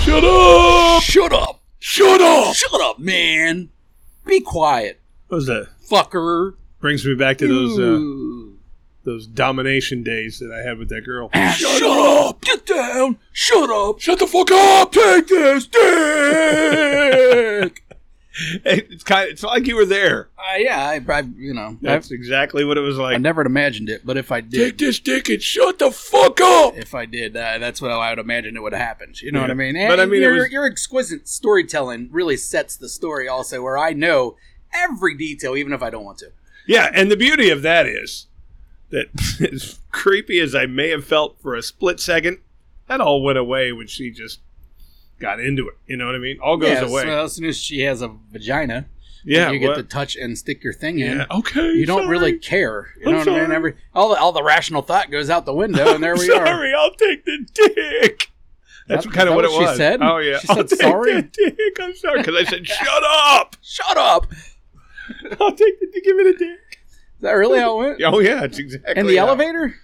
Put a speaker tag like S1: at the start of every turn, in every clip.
S1: Shut up!
S2: Shut up!
S1: Shut up!
S2: Shut up, man! Be quiet,
S3: What was that?
S2: fucker.
S3: Brings me back to those uh,
S2: Ooh.
S3: those domination days that I had with that girl.
S2: Ah, shut, up. Get down! Shut up!
S1: Shut the fuck up! Take this dick!
S4: It's kind. Of, it's like you were there.
S2: Uh, yeah, I, I, you know, I've,
S3: That's exactly what it was
S2: I
S3: like.
S2: never imagined it, but if I did,
S1: Take this dick and shut the fuck up!
S2: if I did, uh, that's what I would imagine it would have happened. You know what I
S3: Yeah.
S2: mean?
S3: But I mean, it
S2: your,
S3: was-
S2: your exquisite storytelling really sets the story, also, where I know every detail, even if I don't want to.
S3: Yeah, and the beauty of that is that as creepy as I may have felt for a split second, that all went away when she just got into it. You know what I mean? All goes
S2: yeah,
S3: away.
S2: So as soon as she has a vagina,
S3: yeah,
S2: you get
S3: what-
S2: to touch and stick your thing in.
S3: Yeah.
S1: Okay.
S2: You don't
S3: sorry.
S2: really care. You
S3: I'm
S2: know what I mean?
S3: sorry.
S2: Every all the, all the rational thought goes out the window, and there we are.
S3: sorry, I'll take the dick. That's
S2: That-
S3: kind
S2: is that
S3: of what it
S2: what she
S3: was.
S2: said?
S3: Oh yeah,
S2: She
S3: I'll
S2: said
S3: take
S2: sorry?
S3: the dick. I'm sorry because I said shut up.
S2: Shut up! Is
S3: I'll take the give me the dick.
S2: that really how it went?
S3: Oh yeah, it's exactly.
S2: in the
S3: how-
S2: elevator?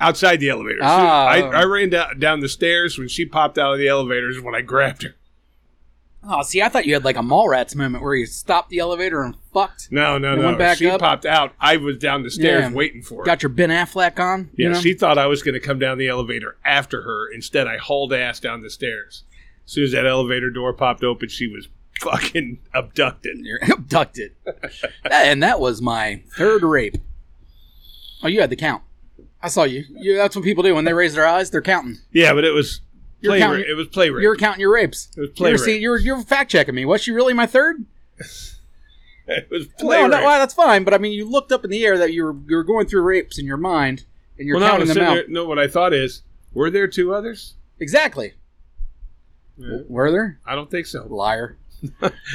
S3: outside the elevator. So
S2: Ah.
S3: I, I ran down, down the stairs when she popped out of the elevator is when I grabbed her.
S2: Oh, see, I thought you had like a Mallrats moment where you stopped the elevator and fucked.
S3: No, no,
S2: It
S3: no.
S2: went back
S3: she
S2: up?
S3: popped out. I was down the stairs
S2: Yeah.
S3: waiting for her.
S2: Got your Ben Affleck on.
S3: yeah,
S2: you know?
S3: she thought I was going to come down the elevator after her. Instead, I hauled ass down the stairs. As soon as that elevator door popped open, she was fucking abducted.
S2: You're abducted. That- and that was my third rape. Oh, you had the count. I saw you. you that's what people do when they raise their eyes. They're counting.
S3: Yeah, but it was
S2: You're
S3: play.
S2: counting-
S3: rape. it was play rape.
S2: You're counting your rapes.
S3: It was play
S2: you're, see,
S3: rape.
S2: you're, you're fact checking me. Was she really my third?
S3: it was play
S2: no,
S3: rape.
S2: no, well, that's fine. But I mean, you looked up in the air that you were you were going through rapes in your mind and you're
S3: Well, no, I
S2: counting
S3: was
S2: them
S3: sitting
S2: out.
S3: there- no, what I thought is, were there two others?
S2: Exactly.
S3: Yeah.
S2: Were there?
S3: I don't think so.
S2: Liar.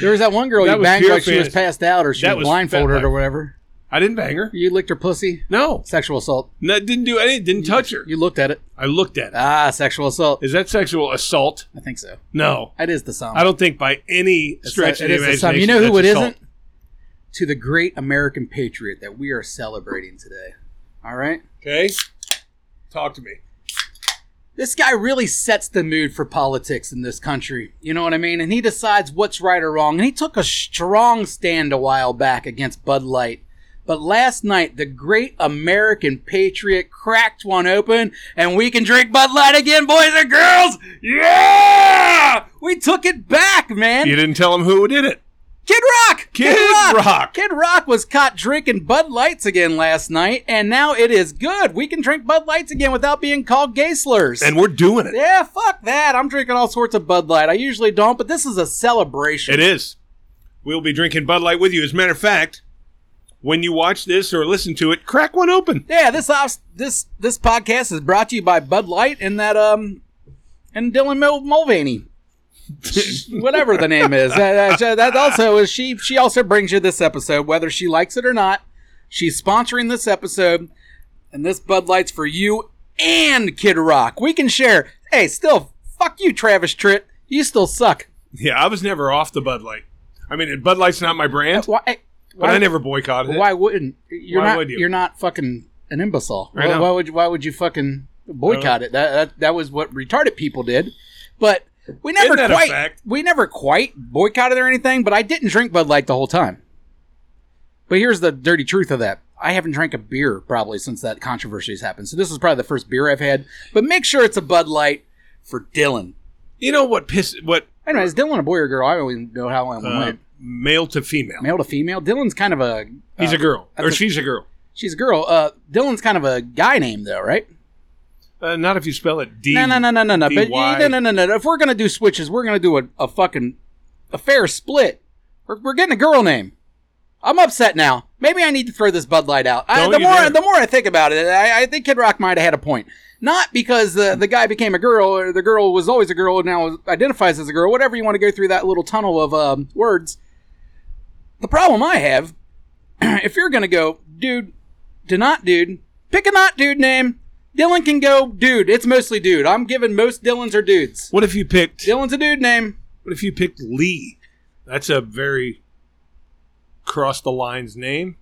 S2: there was that one girl
S3: That
S2: you
S3: was
S2: banged
S3: pure
S2: like she was
S3: fantasy.
S2: passed out or she
S3: That
S2: was
S3: was
S2: blindfolded
S3: fat
S2: or
S3: life.
S2: whatever.
S3: I didn't bang her.
S2: You licked her pussy.
S3: No,
S2: Sexual assault.
S3: no didn't do anything. Didn't touch her.
S2: You looked at it.
S3: I looked at it.
S2: Ah, sexual assault.
S3: Is that sexual assault?
S2: I think so.
S3: No.
S2: That is the sum.
S3: I don't think by any
S2: It's
S3: stretch
S2: a-
S3: of the
S2: it is a sum.
S3: imagination.
S2: You know who it
S3: that's assault.
S2: not To the great American patriot that we are celebrating today. All right?
S3: Okay. Talk to me.
S2: This guy really sets the mood for politics in this country. You know what I mean? And he decides what's right or wrong. And he took a strong stand a while back against Bud Light. But last night, the great American patriot cracked one open, and we can drink Bud Light again, boys and girls! Yeah! We took it back, man!
S3: You didn't tell him who did it.
S2: Kid Rock!
S3: Kid Rock.
S2: Kid Rock was caught drinking Bud Lights again last night, and now it is good. We can drink Bud Lights again without being called gay slurs.
S3: And we're doing it.
S2: yeah, fuck that. I'm drinking all sorts of Bud Light. I usually don't, but this is a celebration.
S3: It is. We'll be drinking Bud Light with you. As a matter of fact, when you watch this or listen to it, crack one open.
S2: Yeah, this ops- this this podcast is brought to you by Bud Light and that um and Dylan Mul- Mulvaney. Whatever the name is. That, that- that also is she she also brings you this episode whether she likes it or not. She's sponsoring this episode and this Bud Light's for you and Kid Rock. We can share. Hey, still fuck you Travis Tritt. You still suck.
S3: Yeah, I was never off the Bud Light. I mean, Bud Light's not my brand,
S2: Why hey,
S3: but
S2: why-
S3: I never boycotted it.
S2: why wouldn't you're
S3: Why
S2: not
S3: would you?
S2: are not fucking an imbecile.
S3: I
S2: Why,
S3: know. Uh,
S2: why would you, why would you fucking boycott it? That, that that was what retarded people did. But we never
S3: that a
S2: quite
S3: fact?
S2: we never quite boycotted or anything. But I didn't drink Bud Light the whole time. But here's the dirty truth of that. I haven't drank a beer probably since that controversy's happened. So this is probably the first beer I've had. But make sure it's a Bud Light for Dylan.
S3: You know what piss what
S2: I don't know, is Dylan a boy or a girl? I don't even know how I
S3: uh,
S2: went.
S3: male to female.
S2: Male to female? Dylan's kind of a
S3: He's
S2: uh,
S3: a girl.
S2: I
S3: Or
S2: thought-
S3: she's a girl.
S2: She's a girl. Uh, Dylan's kind of a guy name, though, right?
S3: Uh, not if you spell it D.
S2: No, no, no, no, no, no. But
S3: DY.
S2: no, no, no, no. If we're gonna do switches, we're gonna do a, a fucking a fair split. We're, we're getting a girl name. I'm upset now. Maybe I need to throw this Bud Light out. I,
S3: Don't
S2: the
S3: you
S2: more
S3: dare.
S2: the more I think about it, I, I think Kid Rock might have had a point. Not because the the guy became a girl, or the girl was always a girl and now identifies as a girl. Whatever you want to go through that little tunnel of um, words. The problem I have, if you're gonna go, dude, do not dude, pick a not dude name. Dylan can go dude. It's mostly dude. I'm giving most Dylans are dudes.
S3: What if you picked
S2: Dylan's a dude name.
S3: What if you picked Lee? That's a very cross the lines name.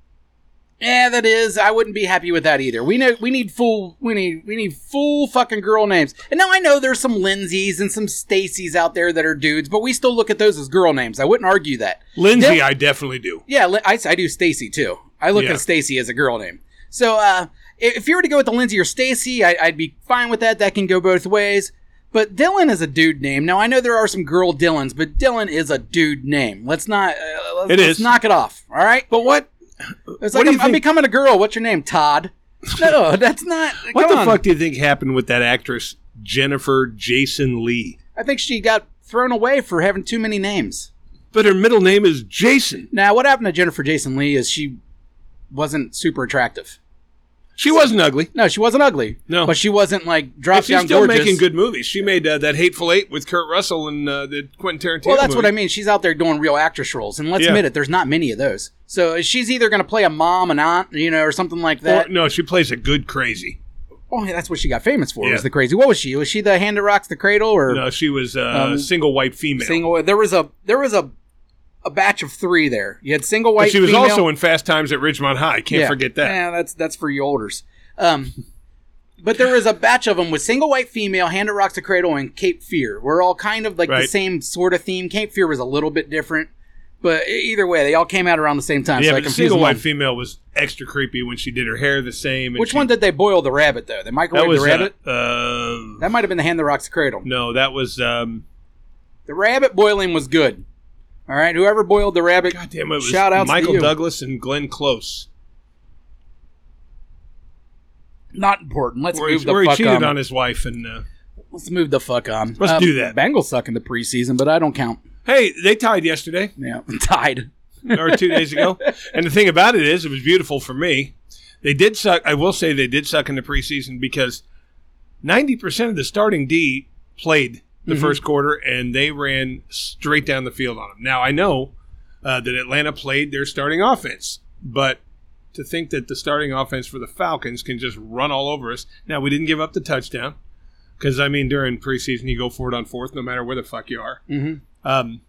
S2: Yeah, that is. I wouldn't be happy with that either. We know we need full we need we need full fucking girl names. And now I know there's some Lindsays and some Stacys out there that are dudes, but we still look at those as girl names. I wouldn't argue that.
S3: Lindsay,
S2: Then-
S3: I definitely do.
S2: Yeah, Lin- I, I do Stacy too. I look
S3: Yeah.
S2: at Stacy as a girl name. So uh, if if you were to go with the Lindsay or Stacy, I- I'd be fine with that. That can go both ways. But Dylan is a dude name. Now I know there are some girl Dylans, but Dylan is a dude name. Let's not. Uh, let's,
S3: It
S2: let's
S3: is.
S2: knock it off. All right.
S3: But what?
S2: It's
S3: What
S2: like
S3: do you
S2: I'm, I'm
S3: think-
S2: becoming a girl. What's your name, Todd? No, that's not.
S3: What
S2: come
S3: the
S2: on.
S3: fuck do you think happened with that actress Jennifer Jason Lee?
S2: I think she got thrown away for having too many names.
S3: But her middle name is Jason.
S2: Now, what happened to Jennifer Jason Lee is she wasn't super attractive.
S3: She wasn't ugly.
S2: No, she wasn't ugly.
S3: No.
S2: but she wasn't like
S3: But
S2: drop
S3: she's
S2: down
S3: still
S2: gorgeous.
S3: making good movies. She made uh, that Hateful Eight with Kurt Russell and uh, the Quentin Tarantino.
S2: well, that's what
S3: movie.
S2: I mean. She's out there doing real actress roles, and let's
S3: Yeah.
S2: admit it, there's not many of those. So she's either going to play a mom, an aunt, you know, or something like that.
S3: Or- no, she plays a good crazy.
S2: oh, yeah, that's what she got famous for.
S3: Yeah.
S2: Was the crazy? What was she? Was she the hand that rocks the cradle, or
S3: No, Uh, she was a
S2: Um,
S3: single white female.
S2: single? There was a there was a a batch of three there. You had single
S3: But
S2: white.
S3: she was
S2: female-
S3: also in Fast Times at Ridgemont High. Can't forget that.
S2: Yeah, that's that's for you olders. Um, but there was a batch of them with single white female, Hand of Rocks to Cradle, and Cape Fear. We're all kind of like the
S3: Right.
S2: same sort of theme. Cape Fear was a little bit different, but e- either way, they all came out around the same time.
S3: yeah,
S2: so I
S3: but the
S2: confused
S3: single
S2: them
S3: white
S2: all.
S3: female was extra creepy when she did her hair the same. and
S2: Which
S3: she-
S2: one did they boil the rabbit though? They
S3: that
S2: microwaved
S3: was?
S2: the rabbit.
S3: uh, um,
S2: that might have been the Hand that Rocks to Cradle.
S3: no, that was. Um,
S2: The rabbit boiling was good. All right, whoever boiled the rabbit.
S3: God damn it! Was
S2: Shout outs to
S3: Michael
S2: you.
S3: Douglas and Glenn Close,
S2: Not important. Let's
S3: where
S2: move
S3: he,
S2: the
S3: where he
S2: fuck
S3: cheated
S2: on.
S3: on his wife. And uh,
S2: Let's move the fuck on.
S3: Let's do that.
S2: Bengals suck in the preseason, but I don't count.
S3: hey, they tied yesterday.
S2: Yeah, tied.
S3: or two days ago. And the thing about it is, it was beautiful for me. They did suck. I will say they did suck in the preseason because ninety percent of the starting D played the first quarter, and they ran straight down the field on them. Now I know uh, that Atlanta played their starting offense, but to think that the starting offense for the Falcons can just run all over us. Now we didn't give up the touchdown because I mean during preseason you go for it on fourth, no matter where the fuck you are.
S2: Mm-hmm.
S3: Um,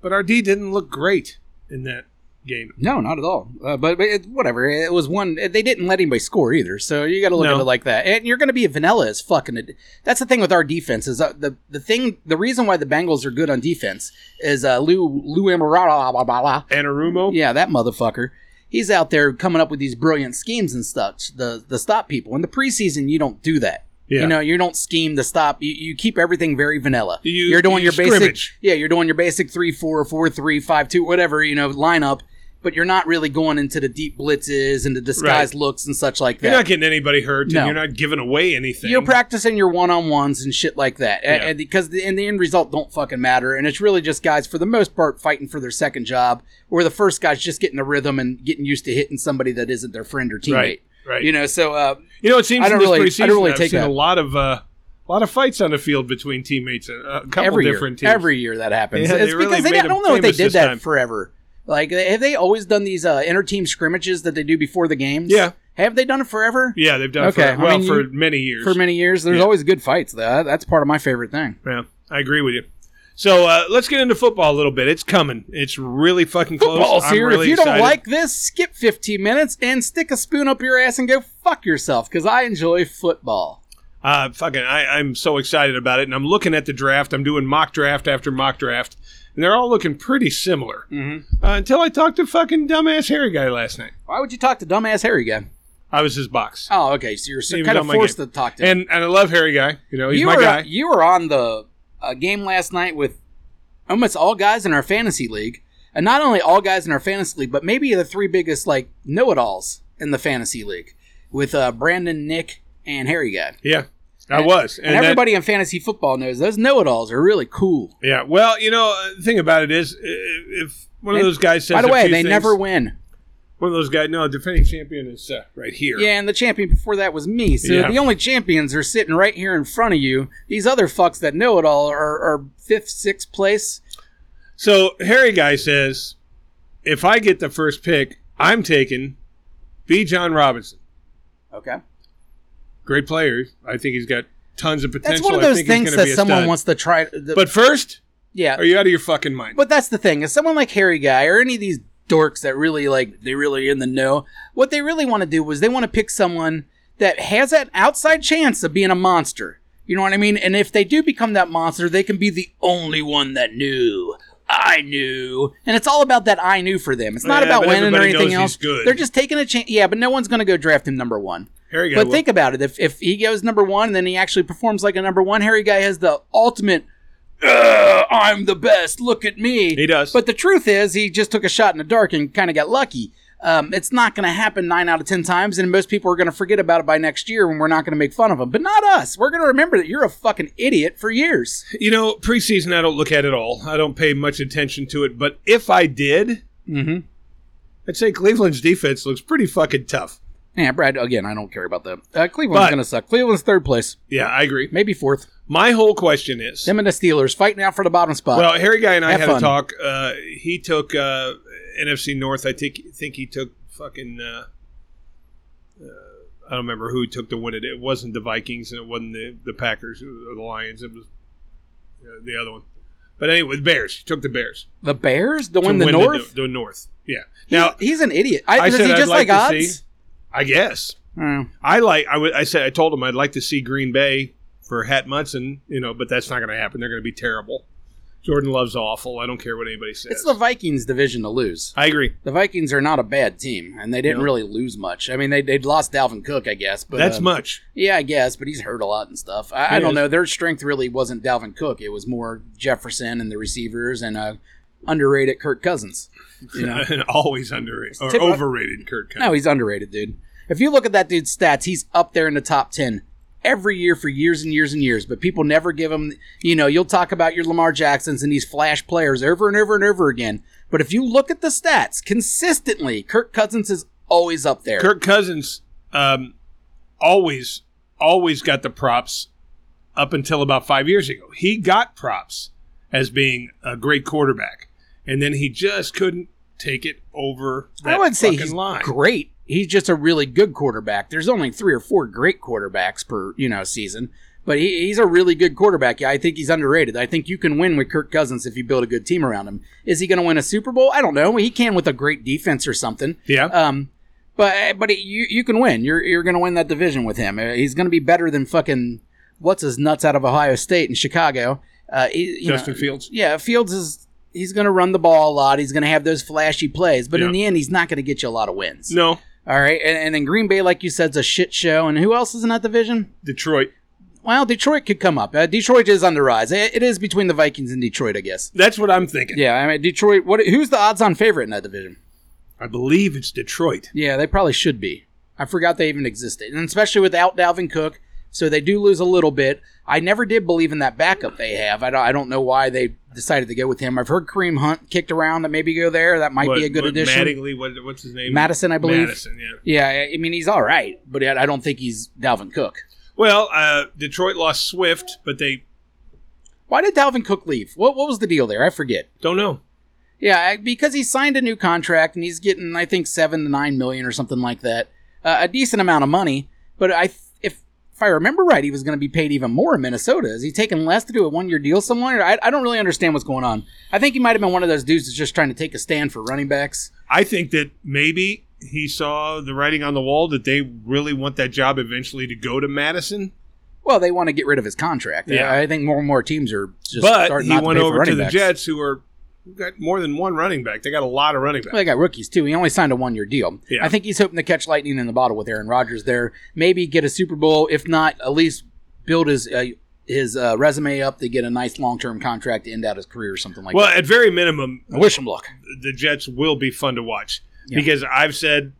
S3: but our D didn't look great in that game.
S2: No, not at all. Uh, but but it, whatever. It was one. They didn't let anybody score either. So you got to look
S3: No.
S2: at it like that. And you're going to be vanilla as fucking. That's the thing with our defense is uh, the the thing. The reason why the Bengals are good on defense is uh, Lou Lou Amarada. Blah, blah, blah.
S3: Anarumo.
S2: Yeah, that motherfucker. He's out there coming up with these brilliant schemes and stuff. The the stop people in the preseason. You don't do that.
S3: Yeah.
S2: You know, you don't scheme to stop. You, you keep everything very vanilla.
S3: You-
S2: are doing
S3: you
S2: your basic,
S3: scrimmage.
S2: yeah, you're doing your basic three four four three five two whatever you know lineup, but you're not really going into the deep blitzes and the disguised looks and such like
S3: You're
S2: that.
S3: not getting anybody hurt,
S2: No.
S3: and you're not giving away anything.
S2: You're practicing your one on ones and shit like that, and,
S3: Yeah.
S2: and because the, and the end result don't fucking matter, and it's really just guys for the most part fighting for their second job, or the first guy's just getting the rhythm and getting used to hitting somebody that isn't their friend or teammate.
S3: Right, right.
S2: You know, so uh,
S3: You know, it seems
S2: I don't
S3: in this
S2: really- I
S3: preseason,
S2: don't really
S3: I've
S2: take
S3: seen
S2: that.
S3: a lot of uh, a lot of fights on the field between teammates. uh, A couple
S2: every
S3: different
S2: year,
S3: teams.
S2: every year that happens.
S3: Yeah, they
S2: it's
S3: really
S2: because they,
S3: made
S2: I don't
S3: them
S2: know if they
S3: famous
S2: did
S3: this
S2: that
S3: time.
S2: forever. Like, have they always done these uh, inter-team scrimmages that they do before the games?
S3: Yeah.
S2: have they done it forever?
S3: yeah, they've done
S2: Okay,
S3: it
S2: I
S3: for, well
S2: mean,
S3: for
S2: you-
S3: many years.
S2: For many years, there's
S3: Yeah.
S2: always good fights. That that's part of my favorite thing.
S3: yeah, I agree with you. So uh, let's get into football a little bit. It's coming. It's really fucking close.
S2: Football's
S3: I'm
S2: here.
S3: really
S2: if you don't
S3: excited.
S2: like this, skip 15 minutes and stick a spoon up your ass and go fuck yourself. Because I enjoy football.
S3: Uh, fucking, I, I'm so excited about it, and I'm looking at the draft. I'm doing mock draft after mock draft, and they're all looking pretty similar. Mm-hmm. Uh, until I talked to fucking dumbass hairy guy last night.
S2: Why would you talk to dumbass Harry again?
S3: I was his box,
S2: Oh, okay. So you're so
S3: He was
S2: kind
S3: on
S2: of
S3: my
S2: forced
S3: game.
S2: to talk to him.
S3: and and I love hairy guy. You know, Oh, he's
S2: you
S3: my
S2: were,
S3: guy.
S2: You were on the uh, game last night with almost all guys in our fantasy league, and not only all guys in our fantasy league, but maybe the three biggest like know-it-alls in the fantasy league with uh, Brandon, Nick, and Harry guy.
S3: yeah, I was,
S2: And,
S3: that-
S2: everybody in fantasy football knows those know-it-alls are really cool.
S3: yeah, well, you know, uh, the thing about it is, i- if one of
S2: And
S3: those guys says,
S2: By the
S3: a
S2: way,
S3: few
S2: they
S3: things-
S2: never win.
S3: One of those guys, no, defending champion is uh, right here.
S2: Yeah, and the champion before that was me. So
S3: Yeah.
S2: the only champions are sitting right here in front of you. These other fucks that know it all are, are fifth, sixth place.
S3: So Harry guy says, if I get the first pick, I'm taking B. John Robinson.
S2: Okay.
S3: great player. I think he's got tons of potential.
S2: That's one of
S3: I
S2: those
S3: think he's
S2: things
S3: gonna
S2: that
S3: be a
S2: someone
S3: stud.
S2: wants to try. The,
S3: But first,
S2: yeah,
S3: are you out of your fucking mind?
S2: but that's the thing is someone like Harry Guy or any of these dorks that really like they really are in the know. What they really want to do was they want to pick someone that has that outside chance of being a monster. You know what I mean? And if they do become that monster, they can be the only one that knew. I knew, and it's all about that I knew for them. It's not
S3: Yeah,
S2: about
S3: but
S2: winning or
S3: everybody knows
S2: anything
S3: he's
S2: else.
S3: good.
S2: They're just taking a chance. Yeah, but no one's going to go draft him number one.
S3: Harry Guy
S2: But
S3: will-
S2: think about it. If if he goes number one, and then he actually performs like a number one, Harry Guy has the ultimate. "Ugh, I'm the best. Look at me.
S3: He does.
S2: But the truth is, he just took a shot in the dark and kind of got lucky. Um, it's not going to happen nine out of ten times, and most people are going to forget about it by next year when we're not going to make fun of him. But not us. We're going to remember that you're a fucking idiot for years.
S3: you know, preseason I don't look at at all. I don't pay much attention to it. But if I did,
S2: Mm-hmm.
S3: I'd say Cleveland's defense looks pretty fucking tough.
S2: Yeah, Brad. Again, I don't care about them. Uh, Cleveland's
S3: But-
S2: going to suck. Cleveland's third place,
S3: Yeah, I agree.
S2: maybe fourth.
S3: My whole question is
S2: Them and the Steelers fighting out for the bottom spot.
S3: Well, Harry Guy and I
S2: Uh, Have
S3: had
S2: fun.
S3: a talk. Uh, he took uh, NFC North. I think think he took fucking. Uh, uh, I don't remember who took the win. It it wasn't the Vikings and it wasn't the, the Packers or the Lions. It was uh, the other one. But anyway, the Bears he took the Bears
S2: the Bears, the
S3: to
S2: one in the North.
S3: The, North, yeah. Now
S2: he's an idiot. I,
S3: I
S2: does
S3: said
S2: he
S3: I'd
S2: just like,
S3: like to
S2: odds?
S3: see- I guess
S2: Oh.
S3: I like. I would. I said I told him I'd like to see Green Bay for Hat Munson. You know, but that's not going to happen. They're going to be terrible. Jordan Love's awful. I don't care what anybody says.
S2: It's the Vikings division to lose.
S3: I agree.
S2: The Vikings are not a bad team, and they didn't
S3: No.
S2: really lose much. I mean, they they'd lost Dalvin Cook, I guess, but
S3: That's
S2: uh,
S3: much.
S2: yeah, I guess, but he's hurt a lot and stuff. I, I
S3: He
S2: don't
S3: is.
S2: know. Their strength really wasn't Dalvin Cook; it was more Jefferson and the receivers and uh, underrated Kirk Cousins. You know,
S3: And always underrated or
S2: Tip-
S3: overrated Kurt Cousins.
S2: no, he's underrated, dude. If you look at that dude's stats, he's up there in the top ten every year for years and years and years. But people never give him. You know, you'll talk about your Lamar Jacksons and these flash players over and over and over again. But if you look at the stats consistently, Kirk Cousins is always up there.
S3: Kirk Cousins um, always always got the props up until about five years ago. He got props as being a great quarterback, and then he just couldn't take it over.
S2: I
S3: that
S2: would say
S3: fucking
S2: he's
S3: line.
S2: great. He's just a really good quarterback. There's only three or four great quarterbacks per you know season, but he, he's a really good quarterback. Yeah, I think he's underrated. I think you can win with Kirk Cousins if you build a good team around him. Is he going to win a Super Bowl? I don't know. He can with a great defense or something.
S3: Yeah,
S2: Um, but but you you can win. You're you're going to win that division with him. Uh, He's going to be better than fucking what's his nuts out of Ohio State and Chicago. Uh, he- you know,
S3: Justin Fields.
S2: yeah, Fields is he's going to run the ball a lot. He's going to have those flashy plays, but in
S3: Yeah.
S2: the end, he's not going to get you a lot of wins.
S3: No,
S2: All right, and, and then Green Bay, like you said, is a shit show. And who else is in that division?
S3: Detroit.
S2: Well, Detroit could come up. Uh, Detroit is on the rise. It- it is between the Vikings and Detroit, I guess.
S3: That's what I'm thinking.
S2: Yeah, I mean Detroit. What? Who's the odds-on favorite in that division?
S3: I believe it's Detroit.
S2: Yeah, they probably should be. I forgot they even existed, and especially without Dalvin Cook, so they do lose a little bit. I never did believe in that backup they have. I don't, I don't know why they decided to go with him. I've heard Kareem Hunt kicked around that maybe go there. That might
S3: What-
S2: be a good
S3: what-
S2: addition.
S3: Mattingly, what, what's his name?
S2: Madison, I believe.
S3: Madison, yeah.
S2: Yeah, I- I mean he's all right, but I I don't think he's Dalvin Cook.
S3: Well, uh, Detroit lost Swift, but they
S2: Why did Dalvin Cook leave? What what was the deal there? I forget.
S3: don't know.
S2: Yeah, I- because he signed a new contract and he's getting, I think, seven to nine million or something like that, uh, a decent amount of money. But I, th- if if I remember right, he was going to be paid even more in Minnesota. Is he taking less to do a one year deal somewhere? I, I don't really understand what's going on. I think he might have been one of those dudes that's just trying to take a stand for running backs.
S3: I think that maybe he saw the writing on the wall that they really want that job eventually to go to Madison,
S2: Well, they want to get rid of his contract.
S3: Yeah.
S2: I, I think more and more teams are just
S3: but
S2: starting
S3: he
S2: not
S3: went
S2: to pay for
S3: over
S2: running
S3: to the
S2: backs.
S3: Jets, who are who got more than one running back. They got a lot of running backs.
S2: Well, they got rookies too. He only signed a one-year deal.
S3: Yeah.
S2: I think he's hoping to catch lightning in the bottle with Aaron Rodgers there. Maybe get a Super Bowl, if not, at least build his uh, his uh, resume up to get a nice long-term contract to end out his career or something like
S3: Well,
S2: that.
S3: at very minimum,
S2: I wish him luck.
S3: the Jets will be fun to watch
S2: Yeah.
S3: because I've said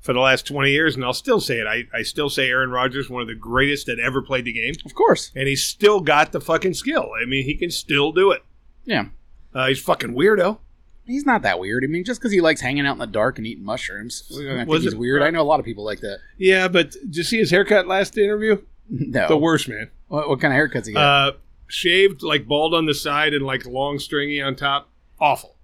S3: for the last twenty years, and I'll still say it. I, I still say Aaron Rodgers one of the greatest that ever played the game,
S2: Of course.
S3: and he's still got the fucking skill. I mean, he can still do it.
S2: Yeah.
S3: Uh, he's fucking weirdo.
S2: He's not that weird. I mean, just because he likes hanging out in the dark and eating mushrooms, I think
S3: Was
S2: he's
S3: it-
S2: weird. I know a lot of people like that.
S3: Yeah, but did you see his haircut last interview?
S2: No.
S3: The worst, man.
S2: what, what kind of haircuts he got?
S3: Uh, shaved, like bald on the side and like long stringy on top. Awful.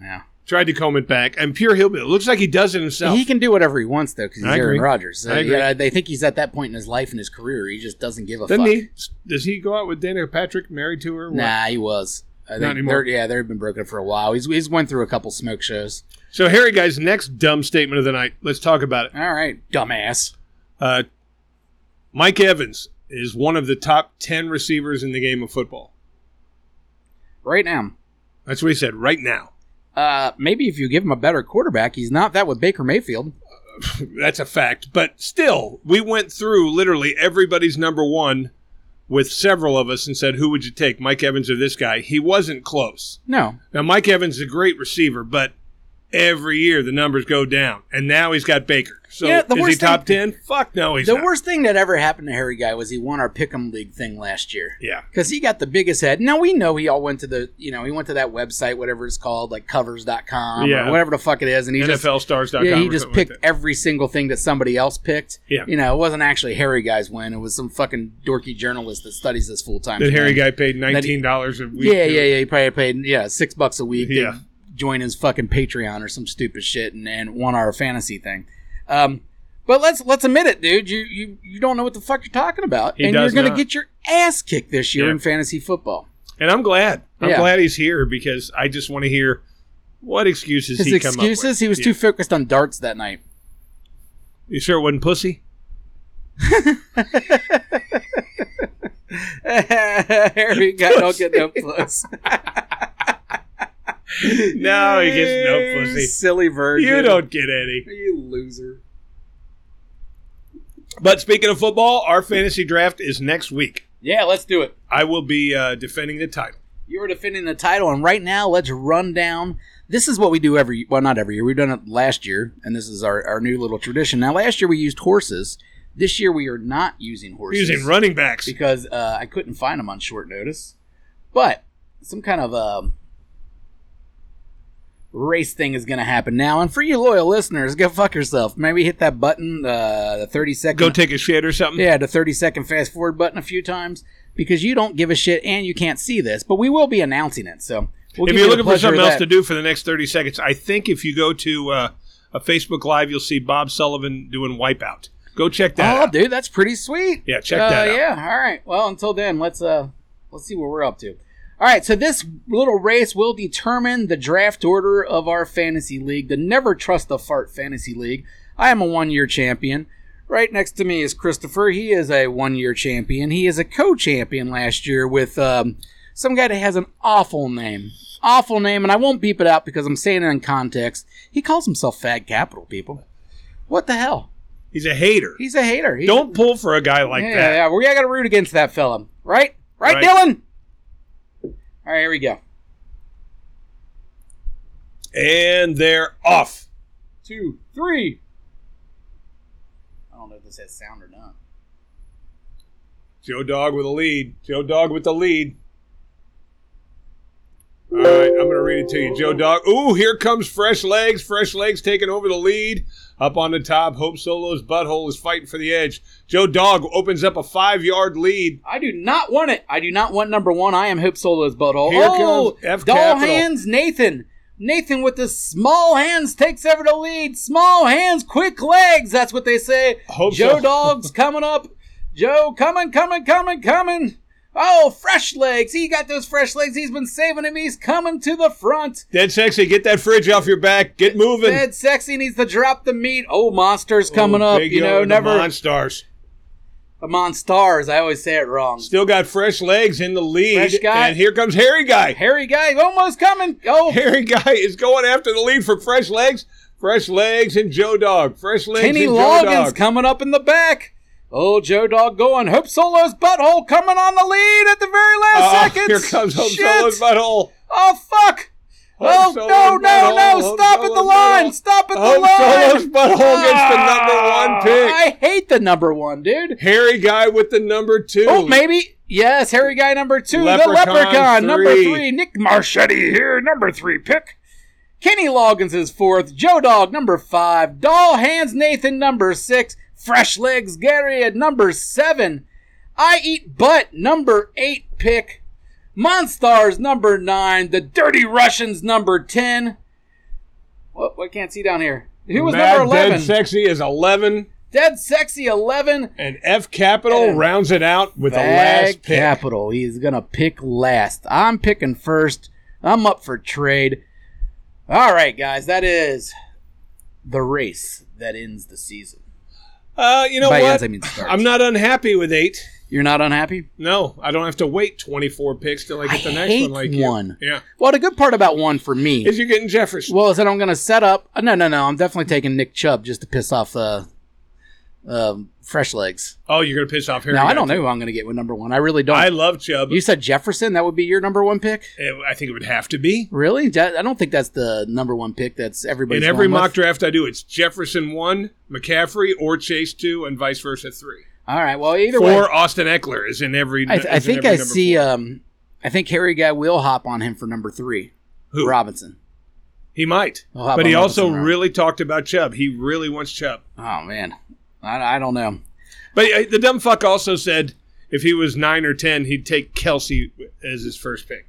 S2: yeah.
S3: Tried to comb it back. And pure hillbilly. Looks like he does it himself.
S2: He can do whatever he wants though, because he's
S3: I
S2: Aaron
S3: agree.
S2: Rodgers.
S3: I agree.
S2: yeah, they think he's at that point in his life and his career. He just doesn't give a
S3: Doesn't
S2: fuck.
S3: he? Does he go out with Dana Patrick, married to her?
S2: Nah, he was. I
S3: Not
S2: think
S3: anymore.
S2: they're, yeah, they've been broken up for a while. He's he's went through a couple smoke shows.
S3: So, Harry, guys, next dumb statement of the night. Let's talk about it.
S2: All right, dumbass.
S3: Uh, Mike Evans is one of the top 10 receivers in the game of football.
S2: Right now,
S3: That's what he said right now.
S2: uh, maybe if you give him a better quarterback, he's not that with Baker Mayfield.
S3: That's a fact. But still, we went through literally everybody's number one with several of us and said, who would you take, Mike Evans or this guy? He wasn't close.
S2: No,
S3: Now, Mike Evans is a great receiver, but every year the numbers go down. And now he's got Baker. So
S2: Yeah, the
S3: is he
S2: worst
S3: top 10? Fuck no, he's
S2: the
S3: not.
S2: worst thing that ever happened to Harry Guy was he won our Pick'em League thing last year.
S3: Yeah.
S2: because he got the biggest head. Now we know he all went to the you know he went to that website whatever it's called like covers.com
S3: Yeah.
S2: or whatever the fuck it is, and he just
S3: NFLstars.com.
S2: yeah
S3: or
S2: he just
S3: something like
S2: picked
S3: that.
S2: every single thing that somebody else picked.
S3: Yeah.
S2: you know it wasn't actually Harry Guy's win; it was some fucking dorky journalist that studies this full time.
S3: That Harry
S2: win.
S3: guy paid
S2: That he-
S3: $19 a week.
S2: Yeah,
S3: to-
S2: yeah, yeah. He probably paid yeah six bucks a week. to
S3: Yeah.
S2: join his fucking Patreon or some stupid shit and, and won our fantasy thing. Um, but let's let's admit it, dude. You you you don't know what the fuck you're talking about,
S3: He
S2: and
S3: does
S2: you're gonna
S3: not.
S2: get your ass kicked this year
S3: Yeah.
S2: in fantasy football.
S3: And I'm glad. I'm
S2: Yeah.
S3: glad he's here because I just want to hear what excuses
S2: His
S3: he come up with.
S2: excuses? He was
S3: Yeah.
S2: too focused on darts that night.
S3: You sure it wasn't pussy?
S2: Harry got don't get no puss.
S3: No, he gets no
S2: You
S3: pussy.
S2: Silly virgin.
S3: You don't get any.
S2: You loser.
S3: But speaking of football, our fantasy draft is next week.
S2: Yeah, let's do it.
S3: I will be uh, defending the title.
S2: You were defending the title, and right now, let's run down. This is what we do every well, not every year. We've done it last year, and this is our, our new little tradition. Now, last year we used horses. This year we are not using horses
S3: Using running backs.
S2: because uh, I couldn't find them on short notice. But some kind of um, race thing is going to happen now. And for you loyal listeners, go fuck yourself. Maybe hit that button, uh, the thirty second
S3: Go take a shit or something.
S2: yeah, the 30 second fast forward button a few times because you don't give a shit and you can't see this, but we will be announcing it. So we'll
S3: if
S2: give
S3: you're
S2: you the
S3: looking for
S2: pleasure of
S3: something else
S2: that.
S3: to do for the next 30 seconds, I think if you go to uh, a Facebook Live, you'll see Bob Sullivan doing Wipeout. Go check that
S2: oh,
S3: out.
S2: dude, that's pretty sweet.
S3: Yeah, check that
S2: uh,
S3: out.
S2: Yeah, all right. Well, until then, let's uh, let's see what we're up to. All right, so this little race will determine the draft order of our fantasy league, the Never Trust a Fart Fantasy League. I am a one-year champion. Right next to me is Christopher. He is a one-year champion. He is a co-champion last year with um, some guy that has an awful name, awful name, and I won't beep it out because I'm saying it in context. He calls himself Fag Capital. People, what the hell?
S3: He's a hater.
S2: He's a hater. He's
S3: Don't pull for a guy like
S2: yeah,
S3: that.
S2: yeah, we gotta root against that fella, right? Right,
S3: Right.
S2: Dylan. All right, here we go.
S3: And they're off.
S2: Two, three. I don't know if this has sound or not.
S3: Joe Dog with a lead. Joe Dog with the lead. All right, I'm going to read it to you. Joe Dog. Ooh, here comes Fresh Legs. Fresh Legs taking over the lead. Up on the top, Hope Solo's butthole is fighting for the edge. Joe Dog opens up a five yard lead.
S2: I do not want it. I do not want number one. I am Hope Solo's butthole.
S3: Here
S2: oh,
S3: comes F
S2: doll
S3: Capital.
S2: hands, Nathan. Nathan with the small hands takes over the lead. Small hands, quick legs. That's what they say.
S3: Hope
S2: Joe
S3: so.
S2: Dog's coming up. Joe coming, coming, coming, coming. Oh, fresh legs. He got those fresh legs. He's been saving him. He's coming to the front.
S3: Dead sexy, get that fridge off your back. Get moving.
S2: Dead sexy needs to drop the meat. Oh, monsters coming
S3: Ooh,
S2: up.
S3: Big
S2: You
S3: Yo
S2: know,
S3: and the
S2: never
S3: Monstars.
S2: the monstars. I always say it wrong.
S3: Still got Fresh Legs in the lead.
S2: Fresh guy.
S3: And here comes Harry Guy.
S2: Harry guy almost coming. Oh,
S3: Harry Guy is going after the lead for Fresh Legs. Fresh Legs and Joe Dog. Fresh Legs
S2: Kenny
S3: and Joe
S2: Loggins
S3: Dog.
S2: coming up in the back. Oh, Joe Dog going. Hope Solo's butthole coming on the lead at the very
S3: Oh,
S2: last second.
S3: Here comes Hope
S2: Shit.
S3: Solo's butthole.
S2: Oh, fuck.
S3: Hope
S2: oh,
S3: Solo's
S2: no, no,
S3: butthole.
S2: no.
S3: Hope
S2: Stop at the
S3: Solo's
S2: line.
S3: butthole.
S2: Stop at the
S3: Hope
S2: line. Ah,
S3: Solo's butthole gets the number one pick.
S2: I hate the number one, dude.
S3: Harry Guy with the number two.
S2: Oh, maybe. Yes, Harry Guy number two. the
S3: Leprechaun
S2: Leprechaun number
S3: three.
S2: three. Nick Marchetti here, number three pick. Kenny Loggins is fourth. Joe Dog number five. Doll Hands Nathan number six. Fresh Legs Gary at number seven. I Eat Butt number eight pick. Monstars number nine. The Dirty Russians number ten. What? What can't see down here? Who was
S3: Mad
S2: number eleven?
S3: Dead Sexy is 11.
S2: Dead Sexy 11.
S3: And F Capital
S2: And-
S3: rounds it out with a
S2: Bag
S3: last pick.
S2: Capital. He's going to pick last. I'm picking first. I'm up for trade. All right, guys. That is the race that ends the season.
S3: Uh, you know
S2: By
S3: what?
S2: ends, I mean starts.
S3: I'm not unhappy with eight.
S2: You're not unhappy?
S3: No, I don't have to wait 24 picks till I get
S2: I
S3: the next
S2: hate
S3: one. Like
S2: one.
S3: You. Yeah,
S2: Well, the good part about one for me
S3: is you're getting Jefferson.
S2: Well, is that I'm going to set up? uh, No, no, no. I'm definitely taking Nick Chubb just to piss off uh, um, fresh legs.
S3: Oh, you're gonna piss off Harry.
S2: Now I don't
S3: Goddard.
S2: know who I'm going to get with number one. I really don't.
S3: I love Chubb.
S2: you said Jefferson. That would be your number one pick.
S3: Eh, I think it would have to be.
S2: Really? That- I don't think that's the number one pick. That's everybody's.
S3: In every
S2: going with.
S3: mock draft I do, it's Jefferson one, McCaffrey or Chase two, and vice versa three.
S2: All right. Well, either way,
S3: Or Austin Eckler is in every.
S2: I, th- I
S3: is in
S2: think
S3: every
S2: I
S3: number
S2: see.
S3: four.
S2: Um, I think Harry guy will hop on him for number three.
S3: Who?
S2: Robinson.
S3: he might,
S2: I'll hop
S3: but
S2: on
S3: he
S2: that
S3: also
S2: one.
S3: really talked about Chubb. He really wants Chubb.
S2: Oh man, I, I don't know.
S3: But uh, the dumb fuck also said if he was nine or ten, he'd take Kelsey as his first pick.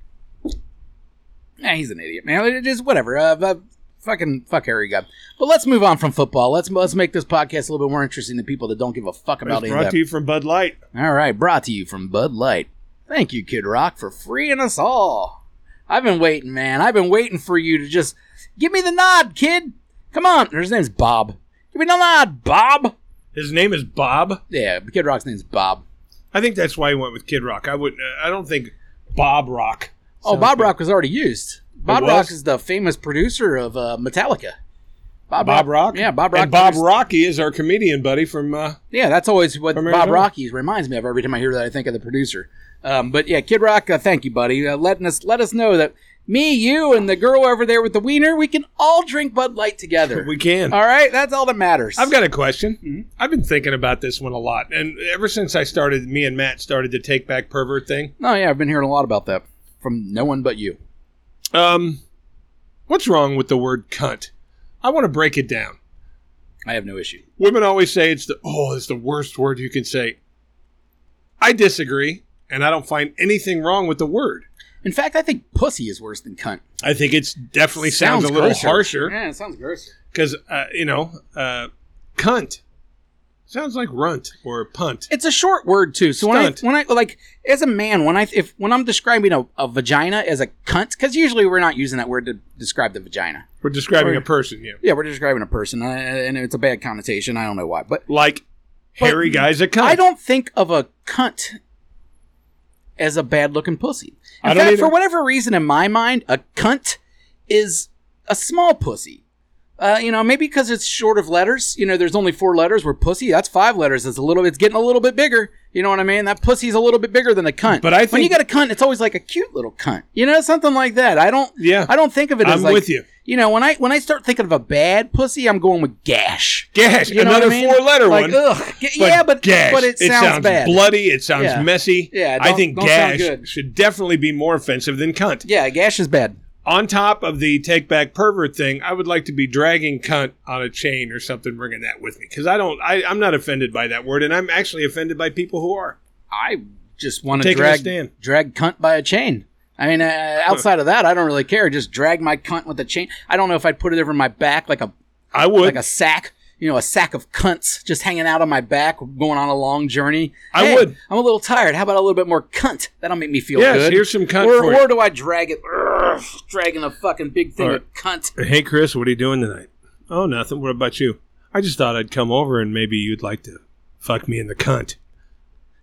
S2: Nah, he's an idiot, man. It is whatever. Uh, uh, fucking fuck Harry Gubb. But let's move on from football. Let's let's make this podcast a little bit more interesting to people that don't give a fuck about
S3: It's
S2: any
S3: brought
S2: of
S3: to
S2: that.
S3: you from Bud Light.
S2: All right, brought to you from Bud Light. Thank you, Kid Rock, for freeing us all. I've been waiting, man. I've been waiting for you to just give me the nod, kid. Come on. His name's Bob. Give me the nod, Bob.
S3: His name is Bob.
S2: Yeah, Kid Rock's name's Bob.
S3: I think that's why he went with Kid Rock. I wouldn't. uh, I don't think Bob Rock.
S2: Oh, Bob Rock was already used. Bob
S3: was?
S2: Rock is the famous producer of uh, Metallica.
S3: Bob Rock.
S2: Yeah, Bob Rock.
S3: And Bob
S2: produced-
S3: Rocky is our comedian buddy from. Uh,
S2: Yeah, that's always what
S3: From
S2: Bob
S3: Arizona.
S2: Rocky reminds me of every time I hear that. I think of the producer. Um, but yeah, Kid Rock, uh, thank you, buddy, uh, letting us let us know that me, you, and the girl over there with the wiener, we can all drink Bud Light together.
S3: we can.
S2: all right, that's all that matters.
S3: I've got a question.
S2: Mm-hmm.
S3: I've been thinking about this one a lot, and ever since I started, me and Matt started the take back pervert thing.
S2: oh yeah, I've been hearing a lot about that from no one but you.
S3: Um, what's wrong with the word cunt? I want to break it down.
S2: I have no issue.
S3: Women always say it's the oh, it's the worst word you can say. I disagree, and I don't find anything wrong with the word.
S2: In fact, I think pussy is worse than cunt.
S3: I think it's definitely sounds, a little
S2: grosser.
S3: harsher.
S2: Yeah, it sounds grosser.
S3: because uh, you know, uh, cunt sounds like runt or punt.
S2: It's a short word too. So when
S3: Stunt.
S2: I when I like as a man when I if when I'm describing a, a vagina as a cunt because usually we're not using that word to describe the vagina.
S3: We're describing
S2: Or-
S3: a person, yeah.
S2: Yeah, we're describing a person, uh, and it's a bad connotation. I don't know why, but
S3: Like
S2: But
S3: hairy guy's a cunt.
S2: I don't think of a cunt as a bad-looking pussy. In
S3: I don't
S2: fact,
S3: either.
S2: for whatever reason, in my mind, a cunt is a small pussy. Uh, you know, maybe because it's short of letters. You know, there's only four letters. Where pussy, that's five letters. It's a little. It's getting a little bit bigger. You know what I mean? That pussy's a little bit bigger than a cunt.
S3: But I
S2: when
S3: think-
S2: you got a cunt, it's always like a cute little cunt. You know, something like that. I don't.
S3: Yeah.
S2: I don't think of it as
S3: I'm
S2: like.
S3: with you.
S2: You know, when I when I start thinking of a bad pussy, I'm going with gash.
S3: Gash,
S2: You know what I
S3: another
S2: mean?
S3: four-letter
S2: Like,
S3: one.
S2: ugh. G- yeah, but
S3: gash,
S2: but it sounds, bad.
S3: bloody. It sounds
S2: Yeah.
S3: messy.
S2: Yeah,
S3: I
S2: don't-
S3: think
S2: don't sound
S3: gash
S2: good.
S3: should definitely be more offensive than cunt.
S2: Yeah, gash is bad.
S3: On top of the take back pervert thing, I would like to be dragging cunt on a chain or something, bringing that with me because I don't. I, I'm not offended by that word, and I'm actually offended by people who are.
S2: I just want to
S3: Taking a
S2: drag
S3: stand.
S2: drag cunt by a chain. I mean, uh, outside of that, I don't really care. Just drag my cunt with a chain. I don't know if I'd put it over my back like a
S3: I would.
S2: like a sack. You know, a sack of cunts just hanging out on my back, going on a long journey.
S3: I would.
S2: I'm a little tired. How about a little bit more cunt? That'll make me feel
S3: Yes,
S2: good.
S3: here's some cunt
S2: Or,
S3: for you.
S2: or do I drag it? Urgh, dragging a fucking big thing
S3: Or-
S2: of cunt.
S3: Hey, Chris, what are you doing tonight? Oh, nothing. What about you? I just thought I'd come over and maybe you'd like to fuck me in the cunt.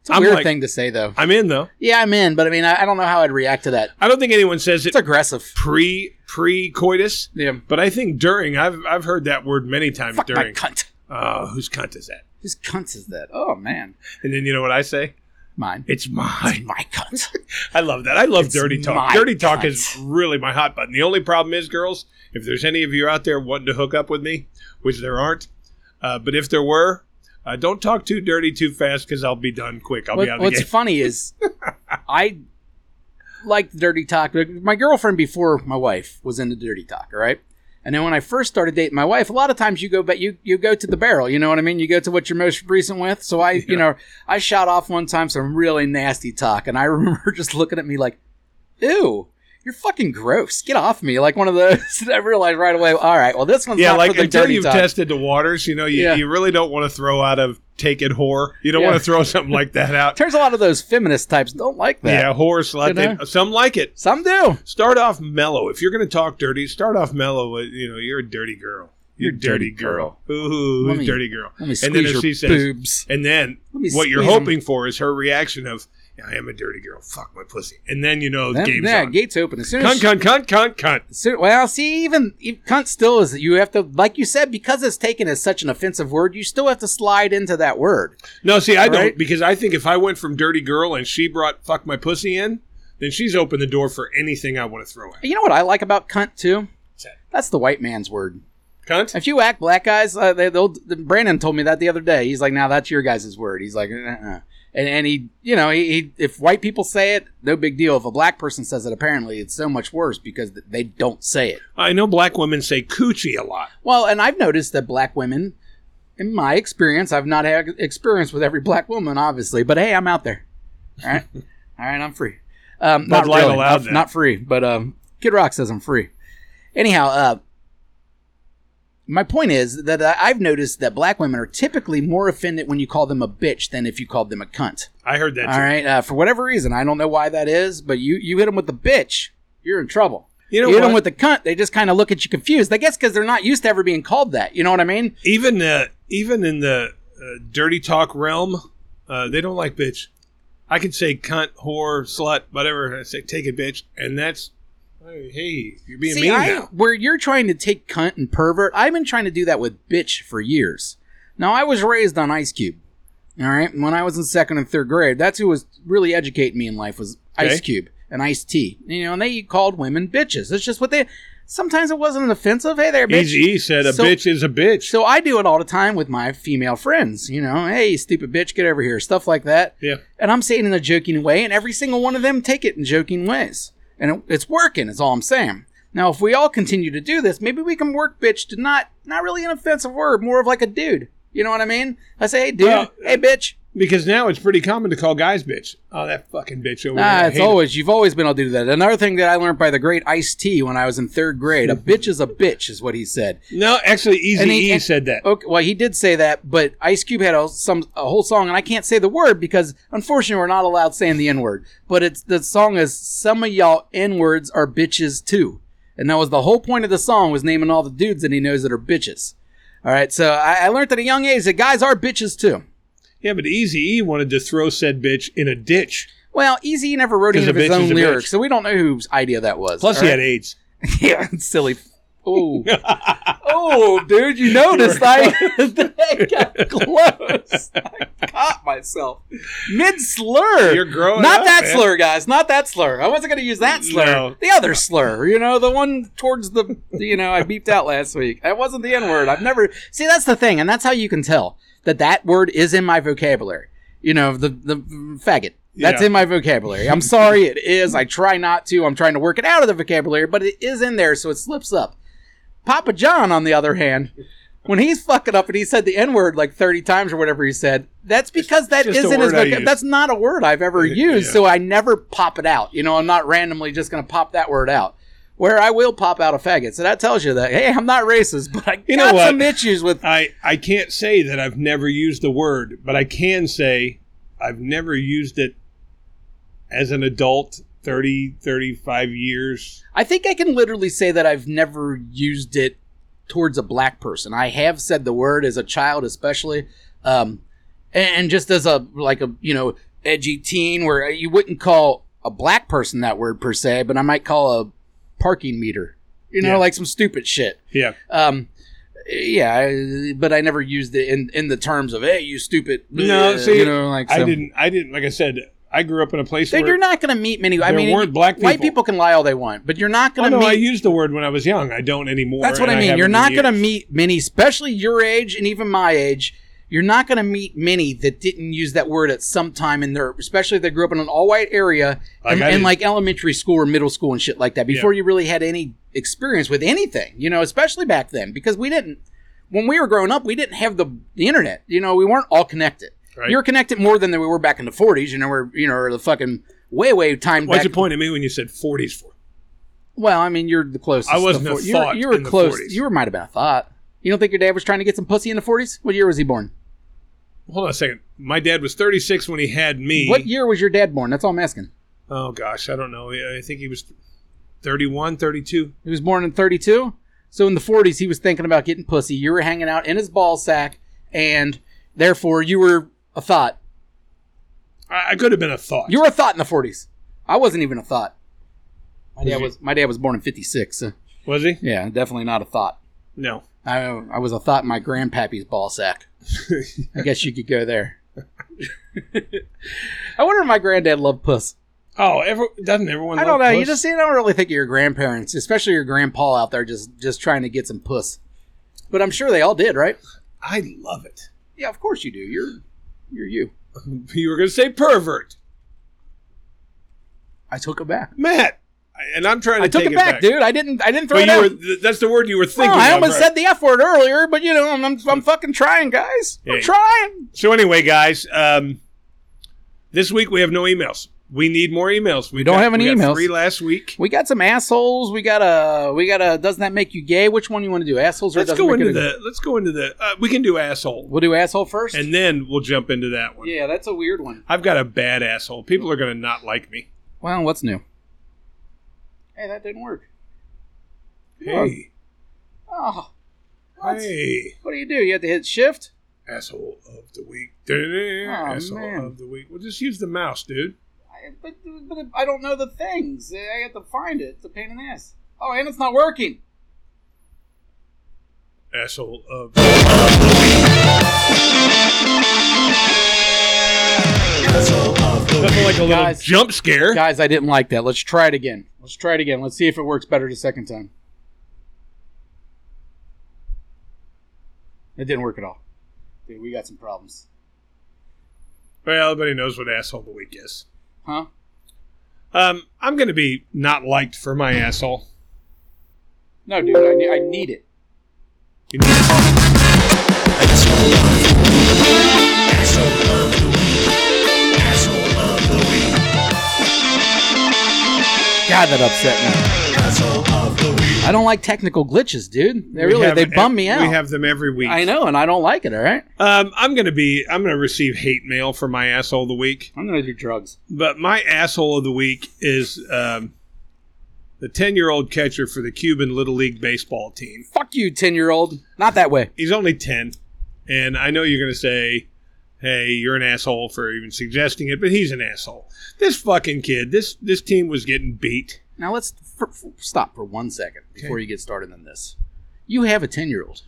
S2: It's a
S3: I'm
S2: weird
S3: like-
S2: thing to say, though.
S3: I'm in though.
S2: Yeah, I'm in, but I mean, I, I don't know how I'd react to that.
S3: I don't think anyone says it
S2: It's aggressive.
S3: pre pre coitus,
S2: Yeah.
S3: but I think during. I've I've heard that word many times
S2: Fuck my
S3: during.
S2: cunt.
S3: Oh, whose cunt is that?
S2: Whose cunt is that? Oh, man.
S3: And then you know what I say?
S2: Mine.
S3: It's mine.
S2: My cunt.
S3: I love that. I love
S2: It's
S3: dirty
S2: my
S3: talk. Dirty talk
S2: cunt.
S3: is really my hot button. The only problem is, girls, if there's any of you out there wanting to hook up with me, which there aren't, uh, but if there were, uh, don't talk too dirty too fast because I'll be done quick. I'll
S2: What-
S3: be out of the
S2: what's
S3: game.
S2: funny is I liked dirty talk. Like, My girlfriend before my wife was into dirty talk, all right? And then when I first started dating my wife, a lot of times you go but you you go to the barrel, you know what I mean? You go to what you're most recent with. So I, you know, I shot off one time some really nasty talk and I remember her just looking at me like, "Ew." you're fucking gross. Get off me. Like one of those. I realized right away. All right. Well, this one's
S3: Yeah,
S2: not
S3: like
S2: for the
S3: until
S2: dirty
S3: you've
S2: talk.
S3: tested the waters, you know, you,
S2: Yeah.
S3: you really don't want to throw out of take it whore. You don't
S2: Yeah.
S3: want to throw something like that out.
S2: Turns a lot of those feminist types don't like that.
S3: Yeah, whore, slut.
S2: You
S3: they-
S2: know?
S3: some like it.
S2: Some do.
S3: Start off mellow. If you're going to talk dirty, start off mellow. with, You know, you're a dirty girl. You're a dirty girl. Ooh,
S2: Let me-
S3: dirty girl.
S2: Let me
S3: And
S2: squeeze
S3: then if
S2: your
S3: she says,
S2: boobs.
S3: and then
S2: Let me
S3: what you're
S2: squeeze 'em.
S3: hoping for is her reaction of, I am a dirty girl. Fuck my pussy. And then, you know,
S2: Then-
S3: game's
S2: yeah,
S3: on.
S2: gates open. As soon as
S3: Cunt, cunt, cunt, cunt, cunt.
S2: So, well, see, even, even cunt still is. You have to, like you said, because it's taken as such an offensive word. You still have to slide into that word.
S3: No, see, I
S2: Right?
S3: don't because I think if I went from dirty girl and she brought fuck my pussy in, then she's opened the door for anything I want to throw at.
S2: You know what I like about cunt too?
S3: that?
S2: That's the white man's word.
S3: Cunt.
S2: If you act black guys, uh, they, they'll. Brandon told me that the other day. He's like, "Now that's your guys' word." He's like, uh-uh. and and he, you know, he, he if white people say it, no big deal. If a black person says it, apparently it's so much worse because th- they don't say it.
S3: I know black women say coochie a lot.
S2: Well, and I've noticed that black women, in my experience, I've not had experience with every black woman, obviously, but hey, I'm out there. All right, all right, I'm free. Um, not
S3: Bud Light
S2: really,
S3: allowed
S2: not,
S3: that.
S2: not free, but um, Kid Rock says I'm free. Anyhow, uh, my point is that I- I've noticed that black women are typically more offended when you call them a bitch than if you called them a cunt.
S3: I heard that.
S2: all
S3: too.
S2: right, uh, for whatever reason, I don't know why that is, but you you hit them with the bitch, you're in trouble.
S3: You
S2: You
S3: know
S2: hit
S3: what?
S2: them with the cunt, they just kind of look at you confused. I guess because they're not used to ever being called that. You know what I mean?
S3: even uh, even in the uh, dirty talk realm, uh, they don't like bitch. I can say cunt, whore, slut, whatever. I say take it, bitch, and that's hey, you're being
S2: See,
S3: mean
S2: I-
S3: now.
S2: where you're trying to take cunt and pervert, I've been trying to do that with bitch for years. Now, I was raised on Ice Cube. All right, when I was in second and third grade, that's who was really educating me in life was Ice
S3: Okay.
S2: Cube and Ice T. You know, and they called women bitches. That's just what they. Sometimes it wasn't offensive. Hey there, bitch.
S3: Easy E said a
S2: So-
S3: bitch is a bitch.
S2: So I do it all the time with my female friends. You know, hey, you stupid bitch, get over here, stuff like that.
S3: Yeah.
S2: And I'm saying it in a joking way, and every single one of them take it in joking ways, and it, it's working. Is all I'm saying. Now, if we all continue to do this, maybe we can work bitch to not not really an offensive word, more of like a dude. You know what I mean? I say, hey, dude,
S3: Well,
S2: hey, bitch.
S3: because now it's pretty common to call guys bitch. Oh, that fucking bitch over there.
S2: Nah,
S3: I
S2: it's
S3: hate her.
S2: always you've always been able to do that. Another thing that I learned by the great Ice T when I was in third grade, a bitch is a bitch, is what he said.
S3: No, actually, Easy
S2: And he-
S3: E
S2: and-
S3: said that.
S2: Okay, well, he did say that, but Ice Cube had a, some a whole song, and I can't say the word because unfortunately we're not allowed saying the N word. But it's the song is some of y'all N words are bitches too, and that was the whole point of the song was naming all the dudes that he knows that are bitches. All right, so I, I learned at a young age that guys are bitches too.
S3: Yeah, but Easy E wanted to throw said bitch in a ditch.
S2: Well, Easy never wrote any
S3: 'Cause
S2: of
S3: a
S2: his
S3: bitch
S2: own
S3: is a bitch.
S2: lyrics, so we don't know whose idea that was.
S3: Plus,
S2: all
S3: he
S2: right?
S3: had AIDS.
S2: Yeah, silly. Oh, oh, dude, you noticed I that got close. I caught myself mid slur.
S3: You're growing
S2: Not
S3: up,
S2: that
S3: man.
S2: slur, guys. Not that slur. I wasn't going to use that slur.
S3: No.
S2: The other slur, you know, the one towards the, you know, I beeped out last week. That wasn't the N word. I've never see. That's the thing, and that's how you can tell that that word is in my vocabulary. You know, the the faggot. That's
S3: Yeah.
S2: in my vocabulary. I'm sorry, it is. I try not to. I'm trying to work it out of the vocabulary, but it is in there, so it slips up. Papa John, on the other hand, when he's fucking up and he said the N word like 30 times or whatever he said, that's because that
S3: just a
S2: isn't his
S3: word I
S2: vocab-
S3: use.
S2: That's not a word I've ever
S3: Yeah.
S2: used, so I never pop it out. You know, I'm not randomly just going to pop that word out. Where I will pop out a faggot. So that tells you that, hey, I'm not racist, but I
S3: You know
S2: got
S3: what?
S2: some issues with.
S3: I, I can't say that I've never used the word, but I can say I've never used it as an adult 30, 35 years.
S2: I think I can literally say that I've never used it towards a black person. I have said the word as a child, especially, um, and and just as a like a you know edgy teen, where uh, you wouldn't call a black person that word per se, but I might call a parking meter, you know,
S3: Yeah.
S2: like some stupid shit.
S3: Yeah.
S2: Um, yeah, I, but I never used it in in the terms of hey, you stupid.
S3: No, see,
S2: you know, like
S3: I
S2: so.
S3: didn't, I didn't, like I said, I grew up in a place
S2: Dude,
S3: where
S2: you're not going to meet many. I
S3: there
S2: mean,
S3: weren't black people.
S2: white people can lie all they want, but you're not
S3: Oh,
S2: going to
S3: no,
S2: meet.
S3: I used the word when I was young. I don't anymore.
S2: That's what
S3: and
S2: I mean. You're
S3: haven't
S2: not
S3: in
S2: going to
S3: years.
S2: meet many, especially your age and even my age. You're not going to meet many that didn't use that word at some time in their, especially if they grew up in an all white area
S3: Like
S2: in,
S3: I
S2: in,
S3: did.
S2: like elementary school or middle school and shit like that before you really had any experience with anything, you know, especially back then because we didn't, when we were growing up, we didn't have the, the internet. You know, we weren't all connected.
S3: Right.
S2: You're connected more than we were back in the 40s, you know, we're, you know, or the fucking way, way time
S3: What's
S2: back
S3: the point of me when you said 40s for?
S2: Well, I mean, you're the closest.
S3: I wasn't
S2: to
S3: a
S2: four- you were-
S3: thought
S2: You were
S3: in the
S2: close.
S3: 40s.
S2: You were might have been a thought. You don't think your dad was trying to get some pussy in the 40s? What year was he born?
S3: Hold on a second. My dad was 36 when he had me.
S2: What year was your dad born? That's all I'm asking.
S3: Oh gosh, I don't know. I think he was 31, 32.
S2: He was born in 32. So in the 40s, he was thinking about getting pussy. You were hanging out in his ball sack, and therefore you were a thought.
S3: I, I could have been a thought.
S2: You were a thought in the 40s. I wasn't even a thought. My dad
S3: you-
S2: was my dad was born in 56. So
S3: was he?
S2: yeah, definitely not a thought.
S3: No.
S2: I I was a thought in my grandpappy's ball sack. I guess you could go there. I wonder if my granddad loved puss.
S3: Oh, every, doesn't everyone?
S2: I
S3: love
S2: don't know. You
S3: puss?
S2: just you don't really think of your grandparents, especially your grandpa out there just just trying to get some puss. But I'm sure they all did, right?
S3: I love it.
S2: Yeah, of course you do. You're you're you.
S3: You were going to say pervert,
S2: I took it back.
S3: Matt, I- and I'm trying to
S2: I took
S3: take
S2: it back, dude. I didn't I didn't throw
S3: But
S2: it
S3: you
S2: out.
S3: were, th- that's the word you were
S2: No,
S3: thinking.
S2: I
S3: of,
S2: almost
S3: right?
S2: said the F word earlier, but you know, I'm, I'm, I'm fucking trying, guys. I'm
S3: Hey.
S2: trying.
S3: So anyway, guys, um, this week we have no emails. We need more emails. We
S2: don't have any
S3: we got
S2: emails.
S3: Three last week.
S2: We got some assholes. We got a, we got a, doesn't that make you gay? Which one you want to do? Assholes or
S3: Let's
S2: doesn't
S3: go
S2: make you
S3: into
S2: gay?
S3: the. Let's go into the. Uh, we can do asshole,
S2: We'll do asshole first.
S3: and then we'll jump into that one.
S2: yeah, that's a weird one.
S3: I've got a bad asshole. People are going to not like me.
S2: Well, what's new? Hey, that didn't work.
S3: Hey,
S2: Oh, what?
S3: hey,
S2: What do you do? You have to hit shift?
S3: asshole of the week. Da-da-da, asshole
S2: man.
S3: of the week. Well, just use the mouse, dude.
S2: I, but, but I don't know the things. I have to find it. It's a pain in the ass. Oh, and it's not working.
S3: Asshole of. Nothing like a little
S2: Guys.
S3: jump scare.
S2: Guys, I didn't like that. Let's try it again. Let's try it again. Let's see if it works better the second time. It didn't work at all. Dude, we got some problems.
S3: Well, everybody knows what asshole of the week is.
S2: Huh?
S3: Um, I'm going to be not liked for my asshole.
S2: No, dude, I, ne- I need it.
S3: You know,
S2: God, that upset me. I don't like technical glitches, dude. They
S3: we
S2: really
S3: have
S2: they
S3: ev-
S2: bum me out.
S3: We have them every week.
S2: I know, and I don't like it. All right,
S3: Um, I'm going to be. I'm going to receive hate mail for my asshole of the week.
S2: I'm gonna do drugs.
S3: But my asshole of the week is um, the 10 year old catcher for the Cuban Little League baseball team.
S2: Fuck you, ten year old. Not that way.
S3: He's only 10. And I know you're going to say, hey, you're an asshole for even suggesting it, but he's an asshole. This fucking kid, this, this team was getting beat.
S2: Now let's f- f- stop for one second before you get started on this. You have a ten year old,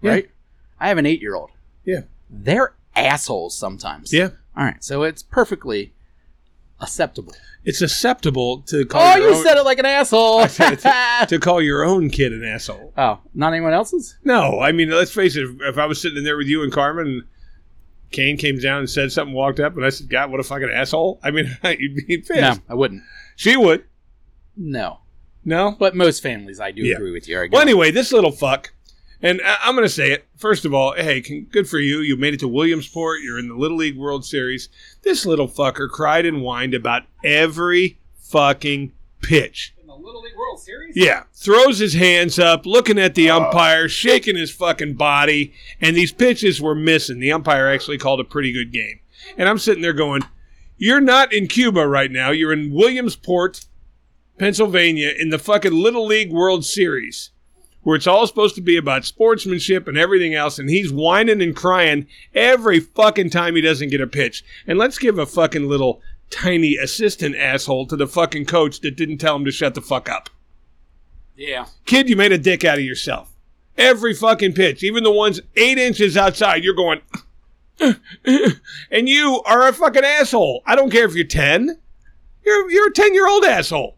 S2: right? I have an eight year old.
S3: Yeah.
S2: They're assholes sometimes.
S3: Yeah.
S2: All right, so it's perfectly acceptable.
S3: It's acceptable to call,
S2: Oh,
S3: your,
S2: you
S3: own,
S2: said it like an asshole.
S3: said it to call your own kid an asshole.
S2: oh, not anyone else's.
S3: No, I mean, let's face it. If I was sitting in there with you and Carmen, and Kane came down and said something, walked up, and I said, God, what a fucking asshole. I mean, you'd be pissed.
S2: No, I wouldn't.
S3: She would.
S2: No,
S3: No.
S2: but most families, I do
S3: Yeah.
S2: agree with you. I
S3: Well, anyway, this little fuck, and I- I'm going to say it. First of all, hey, con- good for you. You made it to Williamsport. You're in the Little League World Series. This little fucker cried and whined about every fucking pitch.
S2: in the Little League World Series.
S3: Yeah, throws his hands up, looking at the umpire, shaking his fucking body, and these pitches were missing. The umpire actually called a pretty good game. And I'm sitting there going, You're not in Cuba right now. You're in Williamsport, Pennsylvania, in the fucking Little League World Series, where it's all supposed to be about sportsmanship and everything else. And he's whining and crying every fucking time he doesn't get a pitch. And let's give a fucking little tiny assistant asshole to the fucking coach that didn't tell him to shut the fuck up.
S2: Yeah.
S3: Kid, you made a dick out of yourself. Every fucking pitch, even the ones eight inches outside, you're going, and you are a fucking asshole. I don't care if you're 10. You're, you're a 10 year old asshole.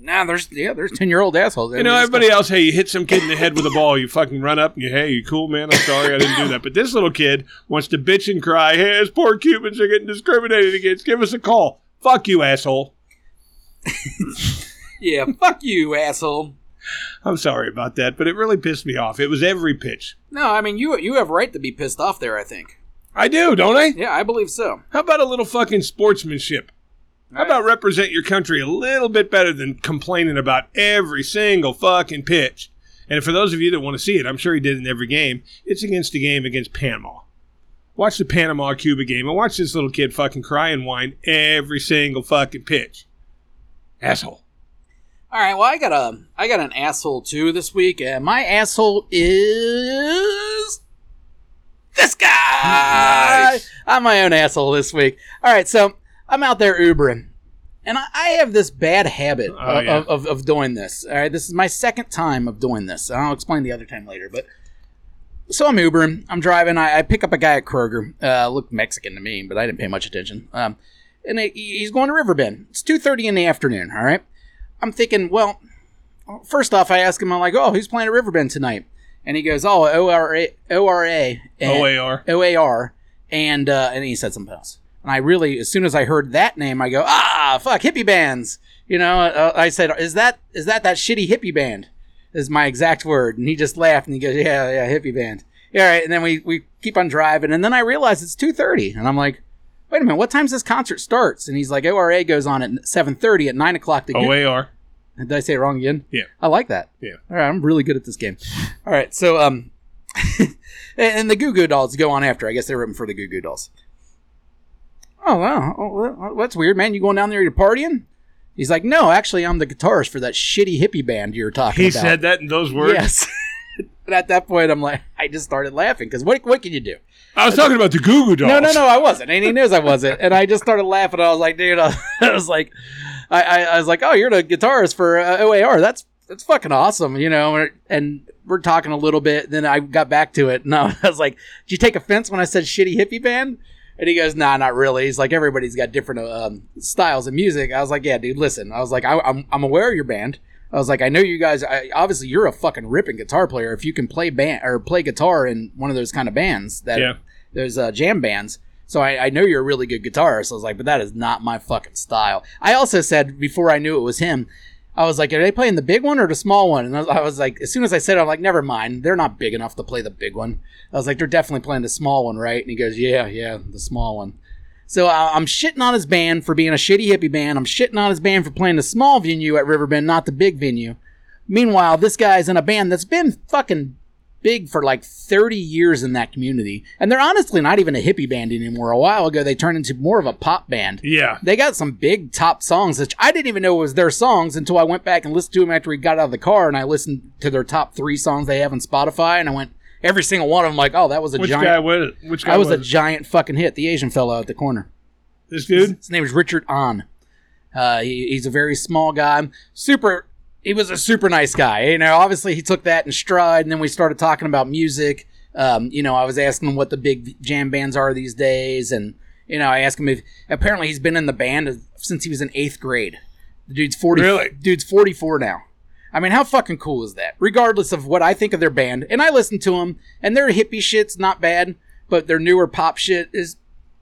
S2: Now there's yeah there's ten year old assholes.
S3: You know, everybody else, hey, you hit some kid in the head with a ball, you fucking run up and you, hey, you cool, man, I'm sorry I didn't do that. But this little kid wants to bitch and cry, hey, us poor Cubans are getting discriminated against. Give us a call. Fuck you, asshole.
S2: Yeah. Fuck you, asshole.
S3: I'm sorry about that, but it really pissed me off. It was every pitch.
S2: No, I mean you you have right to be pissed off there. I think.
S3: I do, don't I?
S2: Yeah, I believe so.
S3: How about a little fucking sportsmanship? How about represent your country a little bit better than complaining about every single fucking pitch? And for those of you that want to see it, I'm sure he did in every game. It's against the game against Panama. Watch the Panama Cuba game and watch this little kid fucking cry and whine every single fucking pitch. Asshole.
S2: All right. Well, I got a I got an asshole too this week, and my asshole is this guy.
S1: Nice.
S2: I'm my own asshole this week. All right. So I'm out there Ubering, and I, I have this bad habit of,
S3: yeah.
S2: of, of of doing this. All right. This is my second time of doing this. I'll explain the other time later, but. So I'm Ubering. I'm driving. I, I pick up a guy at Kroger. Uh, looked Mexican to me, but I didn't pay much attention. Um, and he- he's going to Riverbend. It's two thirty in the afternoon. All right. I'm thinking, well, first off, I ask him, I'm like, oh, who's playing at Riverbend tonight? And he goes, oh, ORA, ORA, and-
S3: OAR.
S2: OAR, and uh, and he said something else. And I really, as soon as I heard that name, I go, ah, fuck, hippie bands. You know, uh, I said, is that is that that shitty hippie band? Is my exact word. And he just laughed and he goes, yeah, yeah, hippie band. Yeah, all right. And then we we keep on driving, and then I realize it's two thirty, and I'm like. Wait a minute. What time's this concert starts? And he's like, ORA goes on at seven thirty. At nine o'clock,
S3: Oh,
S2: the
S3: OAR.
S2: did I say it wrong again?
S3: Yeah.
S2: I like that.
S3: Yeah.
S2: All right, I'm really good at this game. All right, so um, and- and the Goo Goo Dolls go on after. I guess they're open for the Goo Goo Dolls. Oh wow, oh, well, that's weird, man. You going down there? You're partying? He's like, no, actually, I'm the guitarist for that shitty hippie band you were talking
S3: He
S2: about.
S3: said that in those words.
S2: yes. and at that point, I'm like, I just started laughing because what what can you do?
S3: I was talking about the Goo Goo Dolls.
S2: No, no, no, I wasn't. And he knows I wasn't. And I just started laughing. I was like, dude, I, I was like, I, I, I was like, oh, you're the guitarist for uh, OAR. That's that's fucking awesome, you know. And we're talking a little bit. Then I got back to it. No, I was like, did you take offense when I said shitty hippie band? And he goes, nah, not really. He's like, everybody's got different um, styles of music. I was like, yeah, dude, listen. I was like, I, I'm, I'm aware of your band. I was like, I know you guys. I, obviously, you're a fucking ripping guitar player. If you can play band or play guitar in one of those kind of bands that
S3: Yeah.
S2: those uh, jam bands. So I, I know you're a really good guitarist. I was like, but that is not my fucking style. I also said before I knew it was him, I was like, are they playing the big one or the small one? And I was, I was like, as soon as I said, it, I'm like, never mind, they're not big enough to play the big one. I was like, they're definitely playing the small one, right? And he goes, yeah, yeah, the small one. So I, I'm shitting on his band for being a shitty hippie band. I'm shitting on his band for playing the small venue at Riverbend, not the big venue. Meanwhile, this guy's in a band that's been fucking big for like 30 years in that community. And they're honestly not even a hippie band anymore. A while ago, they turned into more of a pop band.
S3: Yeah.
S2: They got some big top songs that I didn't even know was their songs until I went back and listened to them after we got out of the car and I listened to their top three songs they have on Spotify and I went, every single one of them, like, oh, that was a
S3: Which
S2: giant.
S3: guy was it? Which guy
S2: that was, a
S3: it?
S2: giant fucking hit. The Asian fellow at the corner.
S3: This dude?
S2: His name is Richard On. Uh, he, he's a very small guy. Super. He was a super nice guy. You know, obviously he took that in stride, and then we started talking about music. Um, you know, I was asking him what the big jam bands are these days, and you know, I asked him if apparently he's been in the band since he was in eighth grade. The dude's forty.
S3: Really?
S2: Dude's forty-four now. I mean, how fucking cool is that? Regardless of what I think of their band, and I listen to them, and their hippie shit's not bad, but their newer pop shit is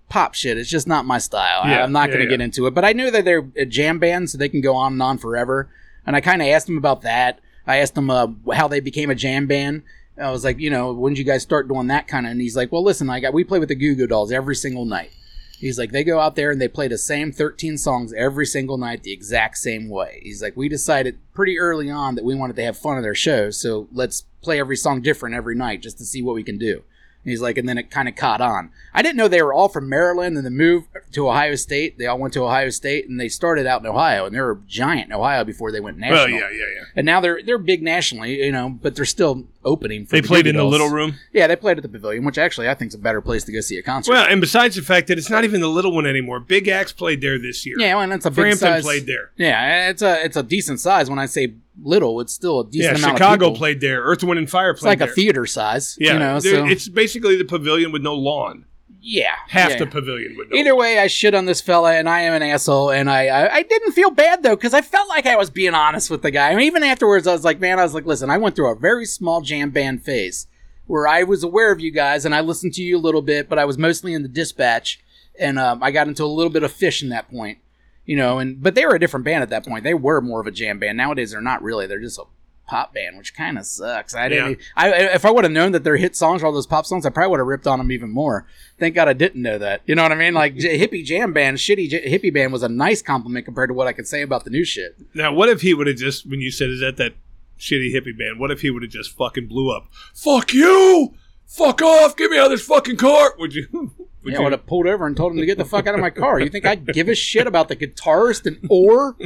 S2: pop shit. It's just not my style. I-
S3: Yeah,
S2: I'm not
S3: yeah,
S2: going to
S3: yeah.
S2: get into it. But I knew that they're a jam band, so they can go on and on forever. And I kind of asked them about that. I asked them uh, how they became a jam band. I was like, you know, when did you guys start doing that kind of? And he's like, well, listen, I got we play with the Goo Goo Dolls every single night. He's like, they go out there and they play the same 13 songs every single night the exact same way. He's like, we decided pretty early on that we wanted to have fun at their shows, so let's play every song different every night just to see what we can do. And he's like, and then it kind of caught on. I didn't know they were all from Maryland and then moved to Ohio State. They all went to Ohio State and they started out in Ohio and they were giant in Ohio before they went national.
S3: Well, yeah, yeah, yeah.
S2: And now they're they're big nationally, you know, but they're still opening. For
S3: They
S2: the
S3: played
S2: Goo
S3: in
S2: Goo
S3: the
S2: Dolls.
S3: little room.
S2: Yeah, they played at the Pavilion, which actually I think is a better place to go see a concert.
S3: Well, and besides the fact that it's not even the little one anymore, Big Axe played there this year.
S2: yeah, and it's a big
S3: Brampton
S2: size.
S3: played there.
S2: Yeah, it's a it's a decent size. When I say little, it's still a
S3: Yeah,
S2: decent amount.
S3: Chicago
S2: of people.
S3: played there. Earth, Wind, and Fire
S2: It's
S3: played
S2: like
S3: there.
S2: a theater size.
S3: Yeah,
S2: you know.
S3: there-
S2: So
S3: it's basically the pavilion with no lawn.
S2: yeah,
S3: Half
S2: yeah.
S3: the pavilion with no
S2: Either way, I shit on this fella, and I am an asshole. And I, I, I didn't feel bad though, because I felt like I was being honest with the guy. I mean, even afterwards, I was like, man, I was like, listen, I went through a very small jam band phase where I was aware of you guys, and I listened to you a little bit, but I was mostly in the dispatch, and um, I got into a little bit of fish in that point, you know. And but they were a different band at that point. They were more of a jam band. Nowadays, they're not really. They're just a pop band, which kind of sucks. I didn't. e,
S3: Yeah.
S2: I I- if I would have known that their hit songs were all those pop songs, I probably would have ripped on them even more. Thank God I didn't know that. You know what I mean? Like j- hippie jam band, shitty j- hippie band was a nice compliment compared to what I could say about the new shit.
S3: Now, what if he would have just when you said is that that shitty hippie band? What if he would have just fucking blew up? Fuck you! Fuck off! Get me out of this fucking car! Would you? Would
S2: yeah, I
S3: you?
S2: would have pulled over and told him to get the fuck out of my car. You think I'd give a shit about the guitarist and Or?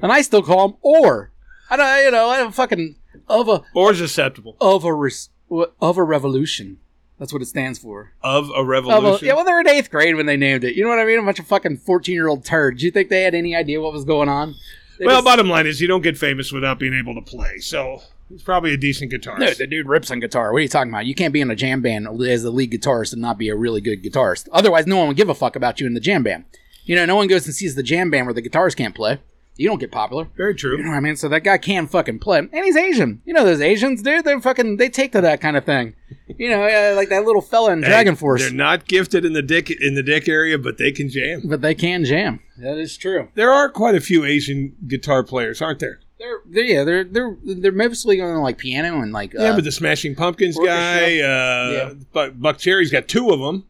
S2: and I still call him Or. I don't. You know, I don't fucking of a
S3: Or is acceptable
S2: of a res, of a revolution. That's what it stands for.
S3: of a
S2: Oh,
S3: revolution?
S2: well, yeah, well, they're in eighth grade when they named it. You know what I mean? A bunch of fucking fourteen-year-old turds. You think they had any idea what was going on? They
S3: Well,
S2: just-
S3: bottom line is you don't get famous without being able to play. So he's probably a decent guitarist.
S2: Dude, the dude rips on guitar. What are you talking about? You can't be in a jam band as the lead guitarist and not be a really good guitarist. Otherwise, no one would give a fuck about you in the jam band. You know, no one goes and sees the jam band where the guitars can't play. You don't get popular.
S3: Very
S2: You
S3: true.
S2: know what I mean? So that guy can fucking play, and he's Asian. You know those Asians, dude? They're fucking. They take to that kind of thing. You know, uh, like that little fella in Dragon
S3: Hey,
S2: Force,
S3: They're not gifted in the dick in the dick area, but they can jam.
S2: but they can jam. That is true.
S3: There are quite a few Asian guitar players, aren't there?
S2: They're, they're yeah, they're they're they're mostly on like piano and like
S3: yeah,
S2: uh,
S3: but the Smashing Pumpkins
S2: Orchestra.
S3: guy, uh,
S2: Yeah.
S3: Buck, Buck Cherry's got two of them.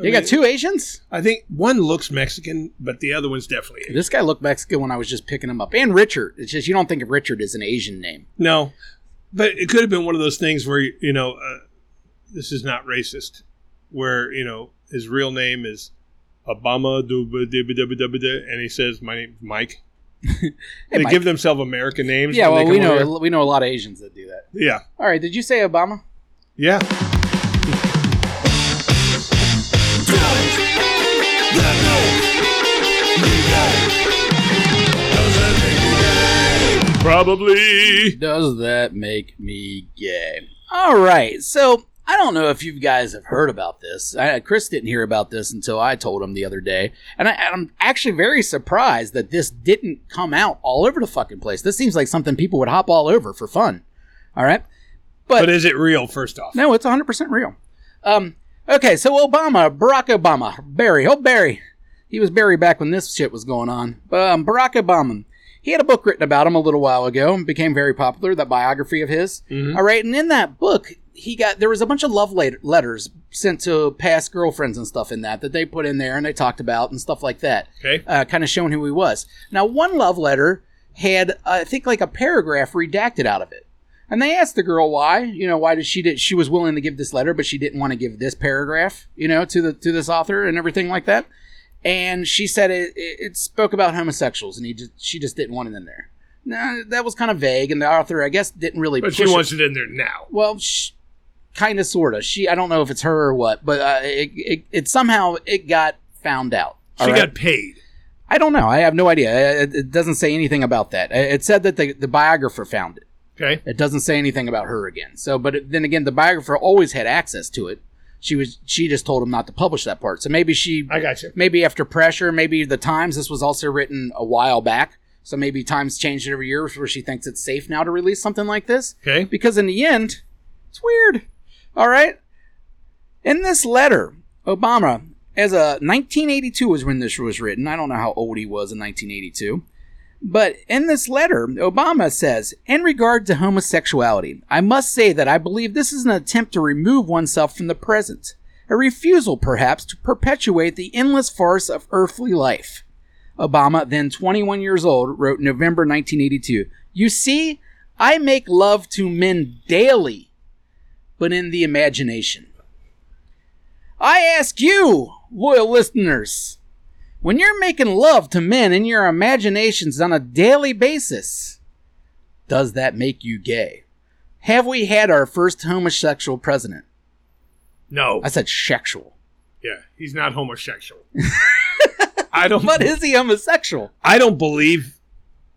S2: uh, you got two Asians.
S3: I think one looks Mexican, but the other one's definitely Asian.
S2: This guy looked Mexican when I was just picking him up, and Richard. It's just you don't think of Richard as an Asian name.
S3: no. But it could have been one of those things where you know, uh, this is not racist, where you know his real name is Obama, and he says my name's Mike.
S2: Hey,
S3: they
S2: Mike.
S3: give themselves American names.
S2: yeah,
S3: when
S2: well,
S3: they
S2: we
S3: come
S2: know
S3: over here.
S2: we know a lot of Asians that do that.
S3: Yeah,
S2: All right, did you say Obama?
S3: yeah. Probably.
S2: Does that make me gay? All right, so I don't know if you guys have heard about this. I, Chris didn't hear about this until I told him the other day, and, I, and I'm actually very surprised that this didn't come out all over the fucking place. This seems like something people would hop all over for fun. All right,
S3: But is it real? First off,
S2: No, it's 100% real. Um, okay, so Obama, Barack Obama, Barry, oh, Barry. He was Barry back when this shit was going on. Um, Barack Obama. He had a book written about him a little while ago and became very popular, that biography of his. All right, and in that book, he got there was a bunch of love let- letters sent to past girlfriends and stuff in that that they put in there and they talked about and stuff like that
S3: okay.
S2: uh, kind of showing who he was. Now, one love letter had, I think, like a paragraph redacted out of it. And they asked the girl why, you know, why did she did she was willing to give this letter, but she didn't want to give this paragraph, you know, to the to this author and everything like that. And she said it, it, it spoke about homosexuals, and he just she just didn't want it in there. Now that was kind of vague, and the author, I guess, didn't really.
S3: But she
S2: push it
S3: wants it in there now.
S2: well sh kind of sort of she i don't know if it's her or what but uh, it, it, it somehow it got found out
S3: She
S2: all right?
S3: got paid.
S2: i don't know i have no idea it, it doesn't say anything about that it it said that the, the biographer found it
S3: Okay.
S2: it doesn't say anything about her again so but it, then again the biographer always had access to it she was she just told him not to publish that part so maybe she
S3: I got you.
S2: maybe after pressure, maybe the Times. This was also written a while back, so maybe Times changed it every year where she thinks it's safe now to release something like this.
S3: Okay.
S2: Because in the end, it's weird. All right. In this letter, Obama, as a 1982 is when this was written. I don't know how old he was in 1982. But in this letter, Obama says, in regard to homosexuality, I must say that I believe this is an attempt to remove oneself from the present, a refusal, perhaps, to perpetuate the endless farce of earthly life. Obama, then 21 years old, wrote November 1982 You see, I make love to men daily, but in the imagination. I ask you, loyal listeners, when you're making love to men in your imaginations on a daily basis, does that make you gay? Have we had our first homosexual president?
S3: No.
S2: I said sexual.
S3: Yeah. He's not homosexual. I don't.
S2: But is he homosexual?
S3: I don't believe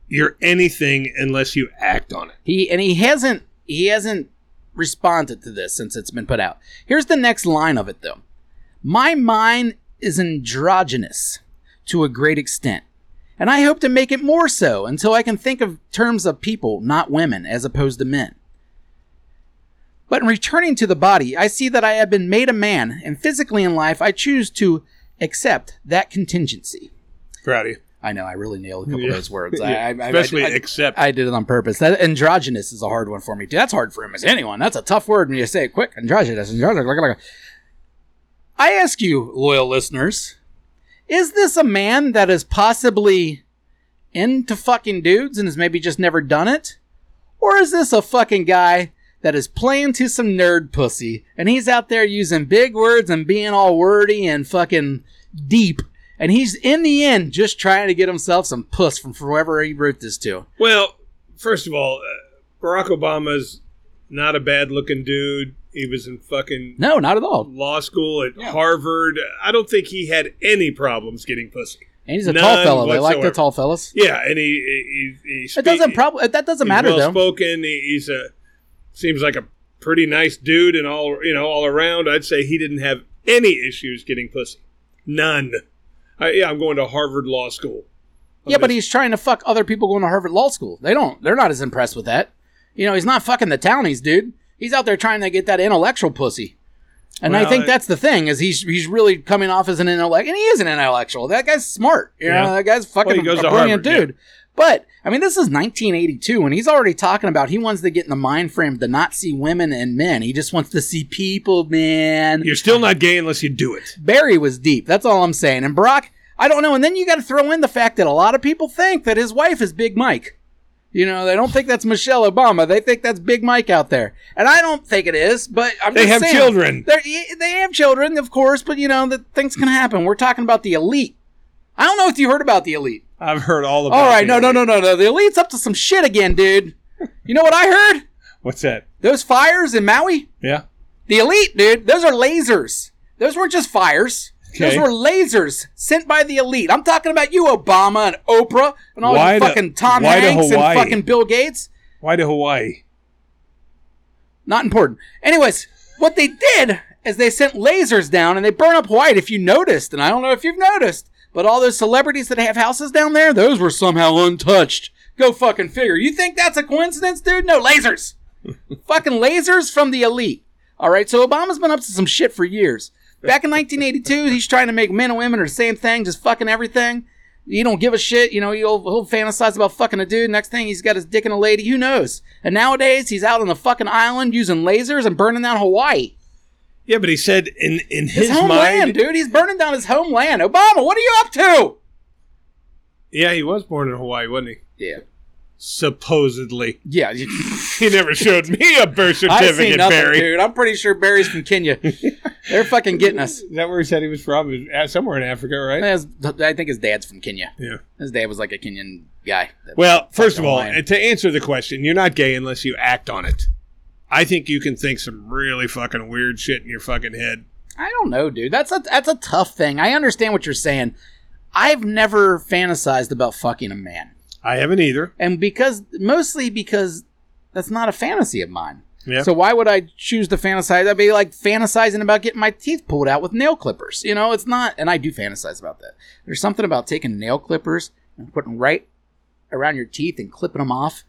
S3: you're anything unless you act on it.
S2: He and he hasn't he hasn't responded to this since it's been put out. Here's the next line of it though. My mind is androgynous to a great extent, and I hope to make it more so until I can think of terms of people, not women, as opposed to men. But in returning to the body, I see that I have been made a man, and physically in life I choose to accept that contingency.
S3: Proud of you.
S2: I know I really nailed a couple
S3: Yeah.
S2: of those words. I,
S3: Yeah,
S2: I, I,
S3: Especially
S2: I, I-
S3: except.
S2: I did it on purpose. That androgynous is a hard one for me too. That's hard for him as anyone. That's a tough word when you say it quick. Androgynous, androgynous. Blah, blah, blah. I ask you, loyal listeners, is this a man that is possibly into fucking dudes and has maybe just never done it, or is this a fucking guy that is playing to some nerd pussy and he's out there using big words and being all wordy and fucking deep? And he's in the end just trying to get himself some puss from whoever he wrote this to.
S3: well, first of all, uh, Barack Obama's not a bad looking dude. He was in fucking
S2: No, not at all.
S3: law school at Harvard. I don't think he had any problems getting pussy.
S2: And he's a
S3: None
S2: tall fellow. They like the
S3: whatsoever.
S2: tall fellas.
S3: Yeah, and he he, he, he
S2: It
S3: speak-
S2: doesn't probably that doesn't
S3: he's
S2: matter though.
S3: well spoken. He, he's a seems like a pretty nice dude, and all you know all around. I'd say he didn't have any issues getting pussy. None. I, yeah, I'm going to Harvard Law School. I'm
S2: yeah, but
S3: just-
S2: he's trying to fuck other people going to Harvard Law School. They don't. They're not as impressed with that. You know, he's not fucking the townies, dude. He's out there trying to get that intellectual pussy. And I
S3: Well,
S2: think
S3: I-
S2: that's the thing is he's he's really coming off as an intellect, and he is an intellectual. That guy's smart. You know,
S3: Yeah.
S2: that guy's fucking
S3: Well, he goes
S2: a
S3: to
S2: brilliant
S3: Harvard, yeah.
S2: dude. But I mean, this is 1982, and he's already talking about he wants to get in the mind frame to not see women and men. He just wants to see people, man.
S3: you're still not gay unless you do it.
S2: Barry was deep. That's all I'm saying. And Barack, I don't know. And then you got to throw in the fact that a lot of people think that his wife is Big Mike. You know, they don't think that's Michelle Obama. They think that's Big Mike out there. And I don't think it is, but I'm
S3: They
S2: just
S3: have
S2: saying.
S3: children.
S2: They're- they have children, of course, but you know, that things can happen. We're talking about the elite. I don't know if you heard about the elite.
S3: I've heard all about.
S2: All right,
S3: it.
S2: no, no, no, no, no. The elite's up to some shit again, dude. You know what I heard?
S3: What's that?
S2: Those fires in Maui?
S3: Yeah.
S2: The elite, dude, those are lasers. Those weren't just fires. Those
S3: Okay.
S2: were lasers sent by the elite. I'm talking about you, Obama and Oprah and all
S3: Why
S2: you
S3: to-
S2: fucking Tom
S3: why to
S2: Hanks and
S3: Hawaii?
S2: fucking Bill Gates.
S3: Why to Hawaii?
S2: Not important. Anyways, what they did is they sent lasers down and they burn up Hawaii. If you noticed, and I don't know if you've noticed, but all those celebrities that have houses down there, those were somehow untouched. Go fucking figure. You think that's a coincidence, dude? No, lasers. fucking lasers from the elite. All right, so Obama's been up to some shit for years. Back in 1982, he's trying to make men and women are the same thing, just fucking everything. He don't give a shit. You know, he'll, he'll fantasize about fucking a dude. Next thing, he's got his dick in a lady. Who knows? And nowadays, he's out on the fucking island using lasers and burning down Hawaii.
S3: Yeah, but he said in in
S2: His,
S3: his,
S2: homeland,
S3: mind.
S2: dude. He's burning down his homeland. Obama, what are you up to?
S3: Yeah, he was born in Hawaii, wasn't he?
S2: Yeah.
S3: Supposedly,
S2: Yeah.
S3: he never showed me a birth
S2: I see
S3: certificate,
S2: nothing,
S3: Barry.
S2: dude. I'm pretty sure Barry's from Kenya. They're fucking getting us.
S3: Is that where he said he was from? It was, uh, Somewhere in Africa, right?
S2: His- I think his dad's from Kenya.
S3: Yeah.
S2: His dad was like a Kenyan guy.
S3: Well, first of all,
S2: Hawaiian.
S3: to answer the question, you're not gay unless you act on it. I think you can think some really fucking weird shit in your fucking head.
S2: I don't know, dude. That's a that's a tough thing. I understand what you're saying. I've never fantasized about fucking a man,
S3: I haven't either.
S2: and because mostly because that's not a fantasy of mine.
S3: Yeah.
S2: So why would I choose to fantasize? I'd be like fantasizing about getting my teeth pulled out with nail clippers. You know, it's not. And I do fantasize about that. There's something about taking nail clippers and putting right around your teeth and clipping them off.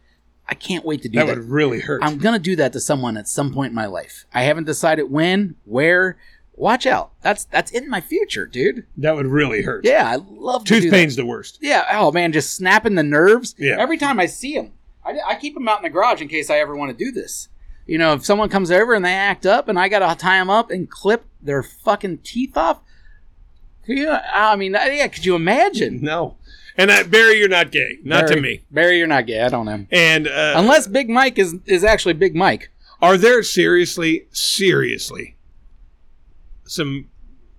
S2: I can't wait to do
S3: that
S2: that.
S3: would really hurt.
S2: I'm gonna do that to someone at some point in my life. I haven't decided when, where. Watch out. That's that's in my future, dude.
S3: that would really hurt.
S2: Yeah, I love to do
S3: Tooth
S2: that.
S3: pain's the worst.
S2: Yeah. Oh man, just snapping the nerves.
S3: Yeah.
S2: Every time I see them, I, I keep them out in the garage in case I ever want to do this. You know, if someone comes over and they act up, and I gotta tie them up and clip their fucking teeth off. Yeah, I mean, uh, yeah. Could you imagine?
S3: No. And I, Barry, you're not gay. Not
S2: Barry-
S3: to me.
S2: Barry. You're not gay. I don't know.
S3: And uh,
S2: Unless Big Mike is is actually Big Mike.
S3: Are there seriously, seriously, some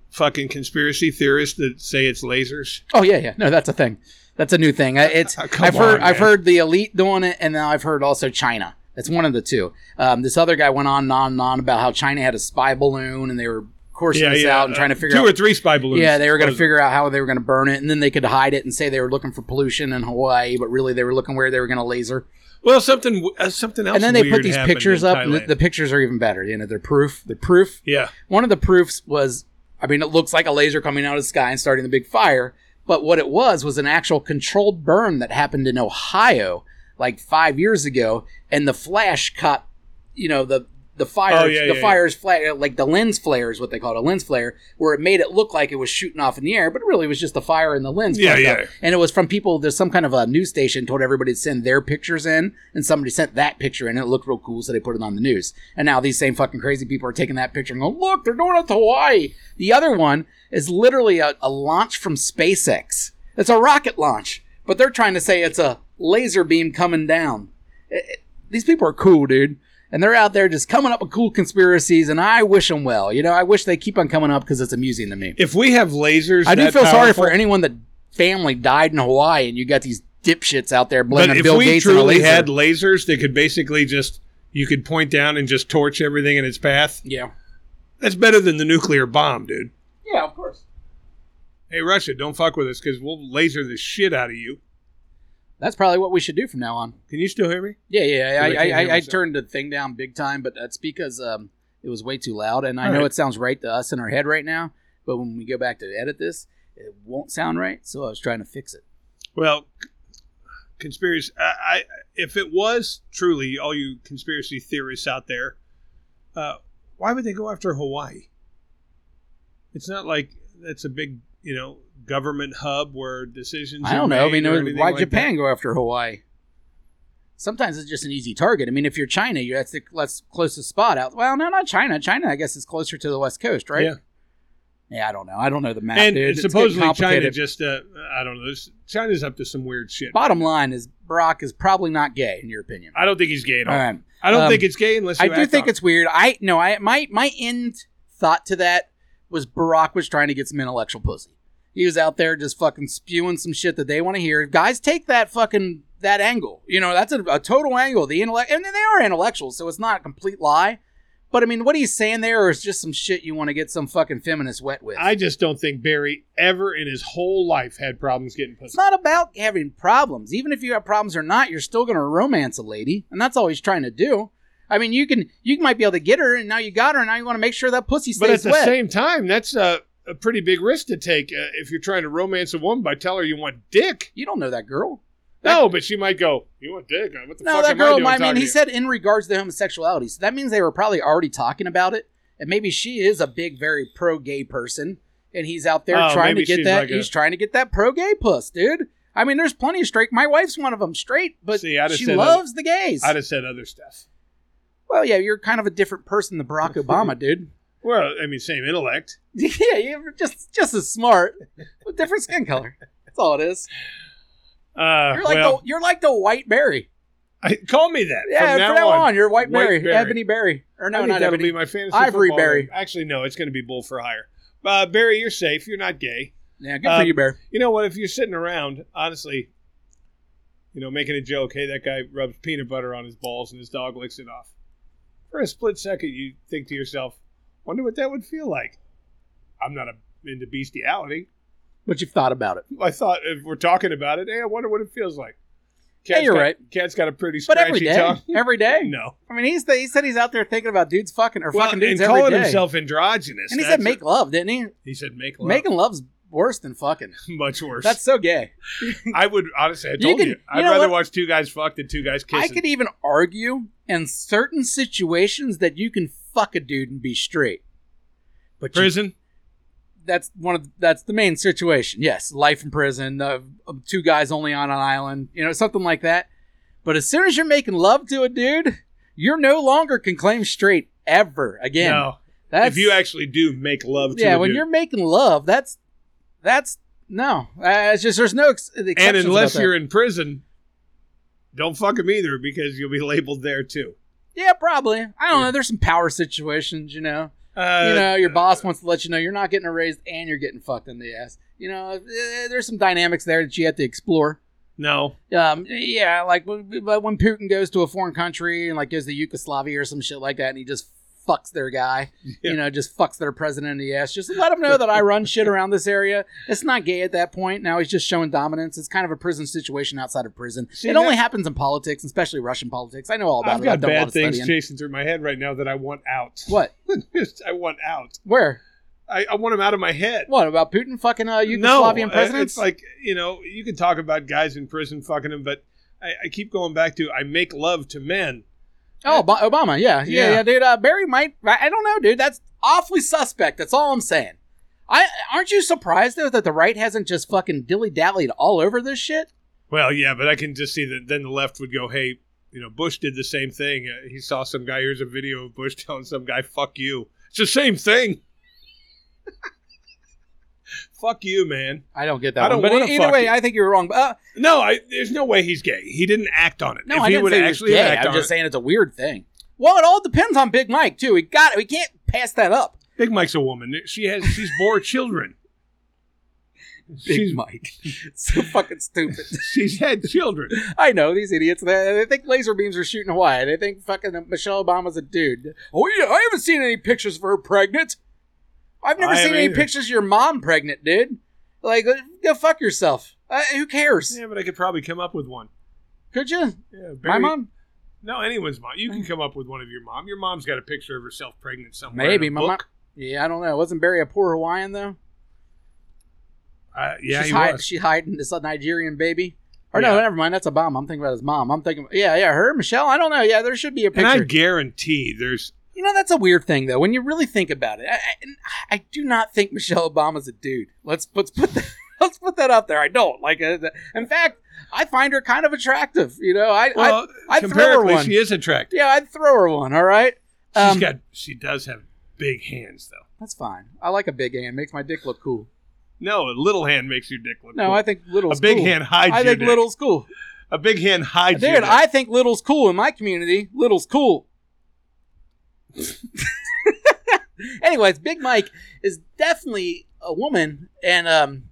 S3: fucking conspiracy theorists that say it's lasers?
S2: Oh yeah, yeah. No, that's a thing. That's a new thing. I- It's
S3: Come
S2: I've heard
S3: on,
S2: I've
S3: man.
S2: heard the elite doing it, and then I've heard also China. That's one of the two. Um, this other guy went on and on and on about how China had a spy balloon, and they were coursing this out and trying to
S3: uh,
S2: figure
S3: two or
S2: out.
S3: three spy balloons.
S2: Yeah, they were going to
S3: Was-
S2: figure out how they were going to burn it, and then they could hide it and say they were looking for pollution in Hawaii, but really they were looking where they were going to laser.
S3: Well, something, w- uh, something else.
S2: And then they put
S3: weird
S2: these
S3: happened
S2: pictures
S3: in
S2: up. And the,
S3: Thailand.
S2: the pictures are even better. You know, they're proof. They're proof
S3: yeah,
S2: one of the proofs was i mean it looks like a laser coming out of the sky and starting the big fire but what it was was an actual controlled burn that happened in ohio like five years ago and the flash caught you know the the fire
S3: Oh, yeah,
S2: the
S3: yeah,
S2: fire's flare uh, like the lens flare is what they call it, a lens flare, where it made it look like it was shooting off in the air, but really it was just the fire and the lens.
S3: Yeah,
S2: flared up.
S3: yeah.
S2: And it was from people. There's some kind of a news station told everybody to send their pictures in, and somebody sent that picture in, and it looked real cool, so they put it on the news. And now these same fucking crazy people are taking that picture and going, "Look, they're doing it to Hawaii." The other one is literally a, a launch from SpaceX. It's a rocket launch, but they're trying to say it's a laser beam coming down Eh, these people are cool, dude. And they're out there just coming up with cool conspiracies, and I wish them well. You know, I wish they keep on coming up because it's amusing to me.
S3: If we have lasers,
S2: I do
S3: that
S2: feel sorry
S3: powerful-
S2: for anyone that family died in Hawaii, and you got these dipshits out there
S3: But
S2: blaming
S3: if
S2: Bill
S3: we
S2: Gates and a
S3: truly
S2: laser.
S3: had lasers, they could basically just you could point down and just torch everything in its path.
S2: yeah,
S3: That's better than the nuclear bomb, dude.
S2: yeah, of course.
S3: Hey Russia, don't fuck with us because we'll laser the shit out of you.
S2: That's probably what we should do from now on.
S3: Can you still hear me?
S2: Yeah, yeah. I,
S3: Because I can't
S2: I,
S3: hear
S2: I, I
S3: myself.
S2: turned the thing down big time, but that's because um, it was way too loud. And I
S3: All
S2: know
S3: right.
S2: it sounds right to us in our head right now, but when we go back to edit this, it won't sound right. So I was trying to fix it.
S3: Well, c- conspiracy. I, I if it was truly all you conspiracy theorists out there, uh, why would they go after Hawaii? It's not like that's a big you know government hub where decisions.
S2: I
S3: are
S2: don't know. I
S3: made
S2: mean,
S3: or
S2: why
S3: anything like
S2: Japan go after Hawaii? Sometimes it's just an easy target. I mean, if you're China, you're that's the that's closest spot out. Well, no, not China. China, I guess, is closer to the west coast,
S3: that.
S2: right?
S3: Yeah.
S2: Yeah, I don't know. I don't know the map,
S3: and
S2: dude.
S3: it's
S2: It's getting
S3: supposedly China
S2: complicated.
S3: just uh, I don't know. This- China's up to some weird shit.
S2: Bottom line is Barack is probably not gay, in your opinion.
S3: I don't think he's gay at all.
S2: All right.
S3: I don't
S2: Um,
S3: think it's gay unless
S2: I
S3: you
S2: do
S3: act
S2: think
S3: on it.
S2: it's weird. I no, I my my end thought to that was Barack was trying to get some intellectual pussy. He was out there just fucking spewing some shit that they want to hear. Guys, take that fucking that angle. You know, that's a, a total angle. The intellect, and they are intellectuals, so it's not a complete lie. But I mean, what he's saying there is just some shit you want to get some fucking feminist wet with.
S3: I just don't think Barry ever in his whole life had problems getting
S2: it's
S3: pussy.
S2: not about having problems. Even if you have problems or not, you're still going to romance a lady, and that's all he's trying to do. I mean, you can you might be able to get her, and now you got her, and now you want to make sure that pussy stays
S3: But at the
S2: wet.
S3: same time, that's a, a pretty big risk to take uh, if you're trying to romance a woman by telling her you want dick.
S2: You don't know that girl.
S3: No, but she might go, "You want dick? What the
S2: No,
S3: fuck
S2: that
S3: am
S2: girl.
S3: I doing?"
S2: I mean,
S3: talking
S2: he
S3: to you?"
S2: said in regards to homosexuality, so that means they were probably already talking about it, and maybe she is a big, very pro-gay person, and he's out there
S3: Oh,
S2: trying to
S3: maybe
S2: get
S3: she's
S2: that.
S3: like a-
S2: he's trying to get that pro-gay puss, dude. I mean, there's plenty of straight. My wife's one of them, straight, but
S3: See, I'd have
S2: she
S3: said
S2: loves the gays.
S3: I'd have said other stuff.
S2: Well, yeah, you're kind of a different person than Barack Obama, dude.
S3: Well, I mean, same intellect.
S2: yeah, you're just just as smart, but different skin color. That's all it is.
S3: Uh,
S2: You're like
S3: well,
S2: the, you're like the white berry.
S3: I, call me that.
S2: Yeah,
S3: from
S2: from
S3: now,
S2: on.
S3: on.
S2: you're White,
S3: White
S2: Berry,
S3: Berry.
S2: Ebony Berry, or
S3: I
S2: no,
S3: think
S2: not
S3: that'll
S2: Ebony.
S3: be my fantasy
S2: Ivory
S3: football
S2: Berry.
S3: name. Actually, no, it's going to be Bull for Hire. Uh, Barry, you're safe. You're not gay.
S2: Yeah, good for
S3: Um,
S2: you, Bear.
S3: You know what? If you're sitting around, honestly, you know, making a joke, hey, that guy rubs peanut butter on his balls and his dog licks it off. For a split second, you think to yourself, wonder what that would feel like. I'm not a, into bestiality.
S2: But you've thought about it.
S3: I thought if we're talking about it, hey, I wonder what it feels like.
S2: Yeah, you're
S3: got,
S2: right.
S3: Cat's got a pretty
S2: But
S3: scratchy
S2: every day,
S3: tongue.
S2: every day.
S3: No.
S2: I mean, he's he said he's out there thinking about dudes fucking or
S3: Well,
S2: fucking
S3: and
S2: dudes every
S3: calling
S2: day.
S3: himself androgynous.
S2: and he
S3: that's
S2: said
S3: a-
S2: make love, didn't he?
S3: He said make love.
S2: Making love's worse than fucking.
S3: much worse.
S2: That's so gay.
S3: I would honestly. I
S2: You
S3: told you.
S2: can- you
S3: I'd
S2: know
S3: rather
S2: what?
S3: watch two guys fuck than two guys
S2: I
S3: kissing.
S2: could even argue in certain situations that you can fuck a dude and be straight. But you
S3: Prison.
S2: that's one of that's the main situation. Yes, life in prison, uh, um, two guys only on an island, you know, something like that. But as soon as you're making love to a dude, you're no longer can claim straight ever again.
S3: No.
S2: that's
S3: if you actually do make love to
S2: yeah,
S3: a
S2: when
S3: dude.
S2: you're making love, that's that's no, uh, it's just there's no ex-
S3: and
S2: exceptions
S3: unless
S2: about that.
S3: you're in prison, don't fuck him either because you'll be labeled there too.
S2: yeah, probably. I don't
S3: Yeah.
S2: know. There's some power situations, you know.
S3: Uh,
S2: you know, your boss wants to let you know you're not getting a raise and you're getting fucked in the ass. You know, eh, there's some dynamics there that you have to explore.
S3: No.
S2: Um, yeah, like when, but when Putin goes to a foreign country and like goes to Yugoslavia or some shit like that, and he just fucks their guy,
S3: Yeah.
S2: you know, just fucks their president in the ass. Just let him know that I run shit around this area. It's not gay at that point. Now he's just showing dominance. It's kind of a prison situation outside of prison.
S3: See,
S2: it only
S3: that-
S2: happens in politics, especially Russian politics. I know all about
S3: I've
S2: it.
S3: got
S2: I've done a lot
S3: bad
S2: of
S3: things
S2: studying.
S3: chasing through my head right now that I want out.
S2: What?
S3: Just, I want out.
S2: Where?
S3: I, I want him out of my head.
S2: What about Putin fucking uh,
S3: no,
S2: Yugoslavian
S3: uh,
S2: presidents?
S3: It's like you know, you can talk about guys in prison fucking them, but I, I keep going back to I make love to men.
S2: Oh, Ob- Obama. Yeah, yeah,
S3: Yeah.
S2: yeah, dude. Uh, Barry might. I I don't know, dude. That's awfully suspect. That's all I'm saying. I aren't you surprised though that the right hasn't just fucking dilly dallied all over this shit?
S3: Well, yeah, but I can just see that then the left would go, hey, you know, Bush did the same thing. Uh, he saw some guy, here's a video of Bush telling some guy, fuck you. It's the same thing. fuck you, man.
S2: I don't get that.
S3: I don't
S2: one. But
S3: wanna
S2: either
S3: fuck
S2: way,
S3: it.
S2: I think you're wrong. Uh,
S3: No, I, there's no way he's gay. He didn't act on it.
S2: no,
S3: if
S2: I
S3: he
S2: didn't
S3: would
S2: say
S3: actually
S2: he was gay.
S3: act
S2: I'm
S3: on
S2: just
S3: it,
S2: saying it's a weird thing. Well, it all depends on Big Mike too. We got. We can't pass that up.
S3: Big Mike's a woman. She has she's bore children.
S2: Big
S3: She's
S2: Mike. so fucking stupid.
S3: she's had children.
S2: I know these idiots. They, they think laser beams are shooting Hawaii. They think fucking Michelle Obama's a dude. Oh yeah, I haven't seen any pictures of her pregnant. I've never
S3: I
S2: seen
S3: haven't
S2: any
S3: either.
S2: pictures of your mom pregnant, dude. Like, uh, go fuck yourself. Uh, who cares?
S3: Yeah, but I could probably come up with one.
S2: Could you?
S3: Yeah,
S2: My
S3: Barry-
S2: mom? Mm.
S3: No, anyone's mom. You can come up with one of your mom. Your mom's got a picture of herself pregnant somewhere.
S2: Maybe
S3: in a
S2: my
S3: book.
S2: mom. Yeah, I don't know. Wasn't Barry a poor Hawaiian though?
S3: Uh, yeah,
S2: she's
S3: he
S2: hiding.
S3: was.
S2: She's hiding this Nigerian baby. Or no,
S3: Yeah.
S2: never mind. That's a bomb. I'm thinking about his mom. I'm thinking. Yeah, yeah, her, Michelle. I don't know. Yeah, there should be a picture.
S3: And I guarantee there's
S2: You know, that's a weird thing, though. When you really think about it, I, I, I do not think Michelle Obama's a dude. Let's let's put that, let's put that out there. I don't like. Uh, in fact, I find her kind of attractive. You know, I,
S3: well,
S2: I throw her
S3: comparatively,
S2: one.
S3: she is attractive.
S2: I yeah, I'd throw her one. All right,
S3: She's
S2: Um,
S3: got she does have big hands though.
S2: that's fine. I like a big hand. Makes my dick look cool.
S3: No, a little hand makes your dick look.
S2: No,
S3: cool.
S2: I think little's
S3: a big
S2: cool.
S3: hand hides.
S2: I
S3: your
S2: think
S3: dick.
S2: little's cool,
S3: A big hand hides. your
S2: dude.
S3: dick.
S2: I think little's cool in my community. Little's cool. Anyways, Big Mike is definitely a woman, and um,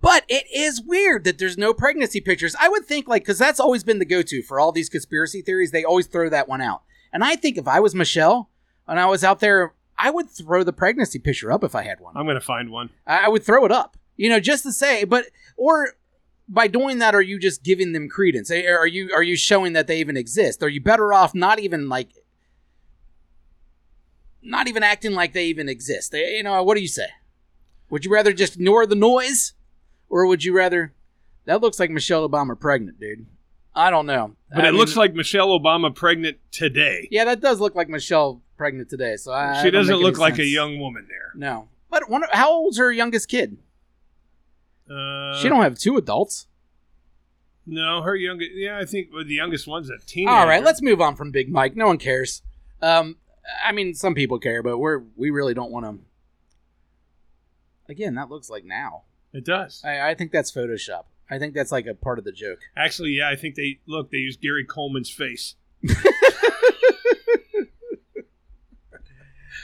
S2: but it is weird that there's no pregnancy pictures. I would think like because that's always been the go-to for all these conspiracy theories. They always throw that one out, and I think if I was Michelle and I was out there, I would throw the pregnancy picture up if I had one.
S3: I'm gonna find one.
S2: I, I would throw it up, you know, just to say. But or by doing that, are you just giving them credence? Are are you are you showing that they even exist? Are you better off not even like, not even acting like they even exist? They- you know, what do you say? Would you rather just ignore the noise, or would you rather? That looks like Michelle Obama pregnant, dude. I don't know,
S3: But it looks like Michelle Obama pregnant today.
S2: yeah, that does look like Michelle pregnant today. So I,
S3: she
S2: it don't
S3: doesn't
S2: make any
S3: look like a
S2: sense.
S3: young woman there.
S2: no. But one, how old's her youngest kid?
S3: Uh,
S2: she don't have two adults.
S3: No, her youngest. Yeah, I think well, the youngest one's a teenager.
S2: All right, let's move on from Big Mike. No one cares. Um, I mean, some people care, but we're we really don't want to. Again, that looks like now.
S3: It does
S2: I, I think that's Photoshop. I think that's like a part of the joke.
S3: actually. Yeah, I think they look. They use Gary Coleman's face.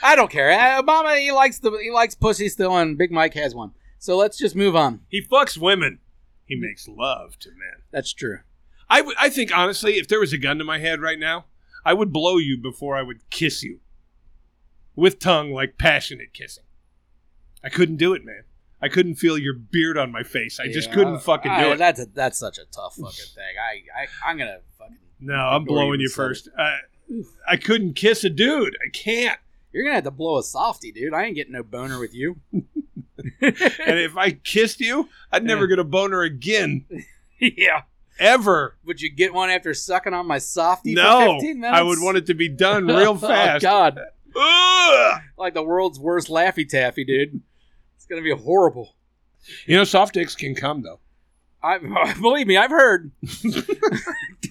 S2: I don't care. Uh, Obama he likes the he likes pussy still, and Big Mike has one. So let's just move on.
S3: He fucks women. He makes love to men.
S2: That's true.
S3: I, w- I think honestly, if there was a gun to my head right now, I would blow you before I would kiss you. With tongue, like passionate kissing. I couldn't do it, man. I couldn't feel your beard on my face. I just
S2: Yeah,
S3: couldn't fucking
S2: I-
S3: do it.
S2: That's a, that's such a tough fucking thing. I, I I'm gonna fucking.
S3: no, I'm
S2: Ignore
S3: blowing
S2: you
S3: you
S2: said
S3: first. I, I couldn't kiss a dude. I can't.
S2: You're gonna have to blow a softy, dude. I ain't getting no boner with you.
S3: and if I kissed you, I'd never
S2: Yeah.
S3: get a boner again,
S2: yeah.
S3: ever.
S2: Would you get one after sucking on my softie for
S3: No,
S2: 15 minutes?
S3: I would want it to be done real fast.
S2: Oh, God.
S3: Ugh!
S2: Like the world's worst Laffy Taffy, dude. It's going to be horrible.
S3: You know, soft dicks can come though.
S2: I Believe me, I've heard.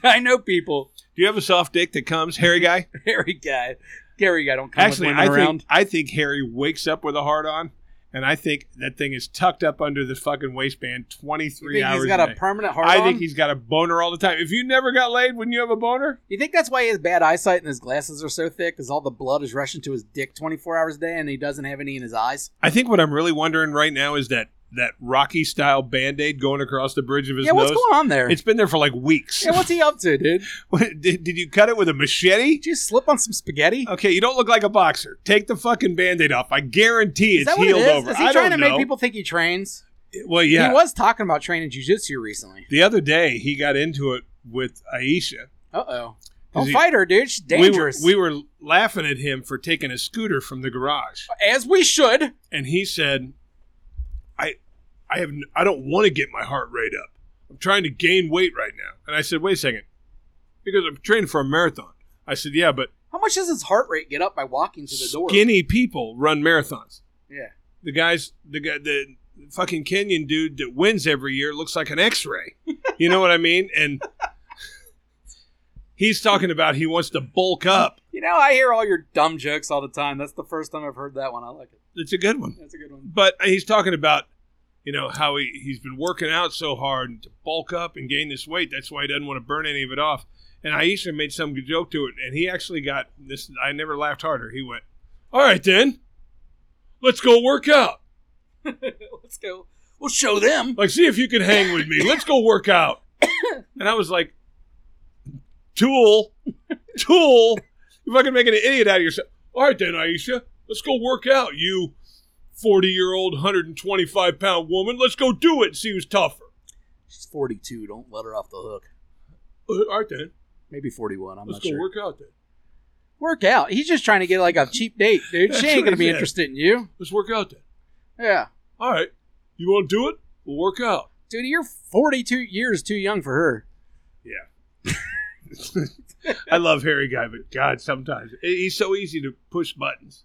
S2: I know people.
S3: Do you have a soft dick that comes, hairy guy?
S2: Harry guy. Gary guy don't come
S3: Actually,
S2: with
S3: I
S2: women
S3: think
S2: around.
S3: I think Harry wakes up with a hard on, and I think that thing is tucked up under the fucking waistband twenty
S2: You
S3: three
S2: think
S3: hours.
S2: he's got
S3: a
S2: a permanent heart
S3: I
S2: on?
S3: think he's got a boner all the time. If you never got laid, when you have a boner?
S2: you think that's why he has bad eyesight and his glasses are so thick? Because all the blood is rushing to his dick 24 hours a day and he doesn't have any in his eyes?
S3: I think what I'm really wondering right now is that that Rocky style band aid going across the bridge of his
S2: yeah, what's
S3: nose.
S2: going on there?
S3: It's been there for like weeks.
S2: yeah, what's he up to, dude?
S3: did, did you cut it with a machete?
S2: Did you slip on some spaghetti?
S3: Okay, you don't look like a boxer. Take the fucking band aid off. I guarantee
S2: is
S3: it's
S2: that what it
S3: healed
S2: is?
S3: over.
S2: Is he
S3: I
S2: trying to
S3: don't
S2: make
S3: know.
S2: people think he trains?
S3: Well, yeah.
S2: He was talking about training jujitsu recently.
S3: The other day, he got into it with Aisha.
S2: Uh oh. Don't
S3: he-
S2: fight her, dude. She's
S3: We were-
S2: dangerous.
S3: We were, laughing at him for taking a scooter from the garage,
S2: As we should.
S3: and he said, "I, I have, n- I don't want to get my heart rate up. I'm trying to gain weight right now." And I said, "Wait a second, because I'm training for a marathon. I said, yeah, but
S2: How much does his heart rate get up by walking to the door?
S3: skinny people run marathons.
S2: Yeah.
S3: The guys, the guy, the fucking Kenyan dude that wins every year looks like an X-ray. You know what I mean? And he's talking about he wants to bulk up.
S2: You know, I hear all your dumb jokes all the time. That's the first time I've heard that one. I like it.
S3: It's a good one.
S2: That's a good one.
S3: But he's talking about, you know, how he, he's been working out so hard to bulk up and gain this weight. That's why he doesn't want to burn any of it off. And Aisha made some good joke to it, and he actually got this. I never laughed harder. He went, "All right, then, let's go work out.
S2: Let's go. We'll show them.
S3: Like, see if you can hang with me. Let's go work out." And I was like, "Tool, tool, you're fucking making an idiot out of yourself." All right, then, Aisha, let's go work out. You forty-year-old, hundred and twenty-five pound woman, let's go do it and see who's tougher.
S2: She's 42. Don't let her off the hook.
S3: Uh, All right, then,
S2: Maybe 41. I'm
S3: let's
S2: not
S3: go
S2: sure.
S3: work out. Then
S2: Work out. He's just trying to get like a cheap date, dude.
S3: That's
S2: She ain't
S3: what
S2: gonna
S3: he
S2: be
S3: said.
S2: interested in you.
S3: let's work out. Then
S2: Yeah,
S3: all right, you want to do it? We'll work out.
S2: dude, you're 42 years too young for her.
S3: I love Harry Guy, but God, sometimes he's so easy to push buttons.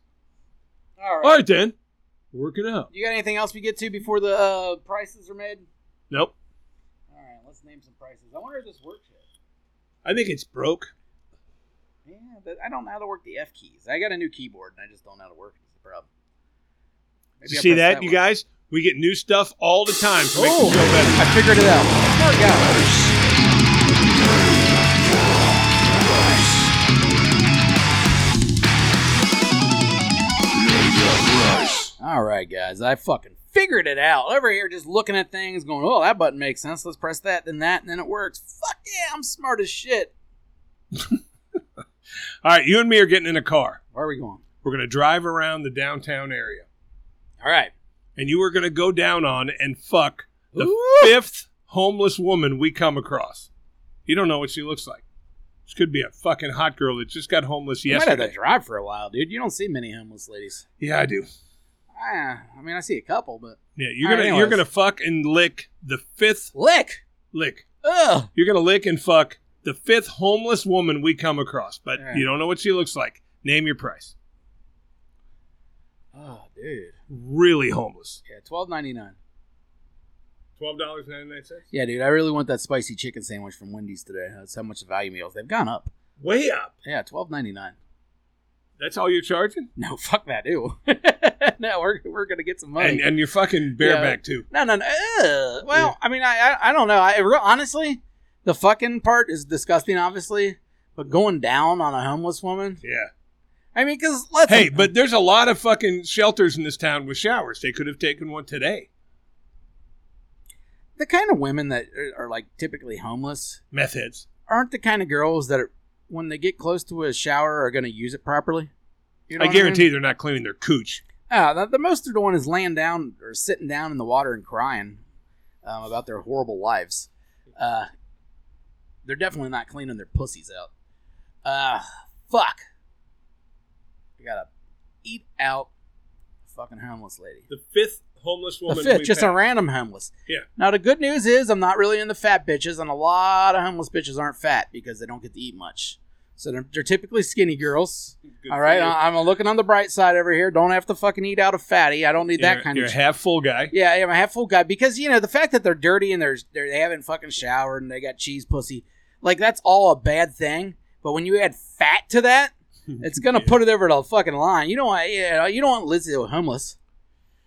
S2: All right.
S3: All right, then, work it out.
S2: You got anything else we get to before the uh, prices are made?
S3: Nope,
S2: All right, let's name some prices. I wonder if this works yet.
S3: I think it's broke.
S2: Yeah, but I don't know how to work the F keys. I got a new keyboard and I just don't know how to work it. It's a problem. Maybe
S3: you
S2: I
S3: see
S2: pressed
S3: that, you
S2: one.
S3: guys? We get new stuff all the time to make
S2: Oh.
S3: the show better.
S2: I figured it out. Oh, Smart guy. All right, guys, I fucking figured it out. Over here, just looking at things, going, "Oh, that button makes sense. Let's press that, then that, and then it works." Fuck yeah, I'm smart as shit.
S3: All right, you and me are getting in a car.
S2: Where are we going?
S3: We're going to drive around the downtown area,
S2: All right.
S3: and you are going to go down on and fuck the
S2: Ooh.
S3: fifth homeless woman we come across. You don't know what she looks like. This could be a fucking hot girl that just got homeless
S2: You might have to
S3: yesterday.
S2: drive for a while, dude. You don't see many homeless ladies.
S3: Yeah, I do.
S2: Ah, I mean, I see a couple, but
S3: Yeah, you're
S2: All
S3: gonna
S2: right,
S3: you're
S2: anyways.
S3: gonna fuck and lick the fifth
S2: lick.
S3: lick.
S2: Ugh.
S3: You're gonna lick and fuck the fifth homeless woman we come across, but
S2: All right.
S3: you don't know what she looks like. Name your price. Ah,
S2: Oh, dude.
S3: really homeless.
S2: Yeah, twelve ninety nine.
S3: Twelve dollars ninety nine cents.
S2: Yeah, dude, I really want that spicy chicken sandwich from Wendy's today. That's how much the value meals they've gone up.
S3: Way up.
S2: Yeah, twelve ninety nine.
S3: That's all you're charging,
S2: No, fuck that, ew. no, we're we're gonna get some money.
S3: and uh, and you're fucking bareback too.
S2: No, no, no. Ugh. Well, I mean, I, I, I don't know. I re- honestly, the fucking part is disgusting, obviously, but going down on a homeless woman.
S3: Yeah.
S2: I mean, because let's
S3: Hey, but there's a lot of fucking shelters in this town with showers. They could have taken one today.
S2: the kind of women that are, are like typically homeless
S3: Meth heads.
S2: aren't the kind of girls that are, when they get close to a shower are going to use it properly. You know
S3: I
S2: what mean?
S3: guarantee they're not cleaning their cooch.
S2: Ah, the, the most they're doing is laying down or sitting down in the water and crying um, about their horrible lives. Uh, they're definitely not cleaning their pussies out. Uh, fuck. I gotta eat out a fucking homeless lady.
S3: The fifth homeless
S2: A
S3: woman.
S2: fifth,
S3: we've
S2: just
S3: had.
S2: a random homeless.
S3: Yeah.
S2: Now the good news is I'm not really into fat bitches, and a lot of homeless bitches aren't fat because they don't get to eat much. So they're, they're typically skinny girls.
S3: Good
S2: All
S3: for
S2: right,
S3: you.
S2: I, I'm looking on the bright side over here. Don't have to fucking eat out of fatty. I don't need that
S3: You're-
S2: kind
S3: You're
S2: of.
S3: a
S2: shit.
S3: half full guy.
S2: yeah, I'm a half full guy because you know the fact that they're dirty and they're, they're they haven't fucking showered and they got cheese pussy, like that's all a bad thing. But when you add fat to that, it's gonna
S3: Yeah.
S2: put it over the fucking line. You don't want you, know, you don't want Lizzo homeless.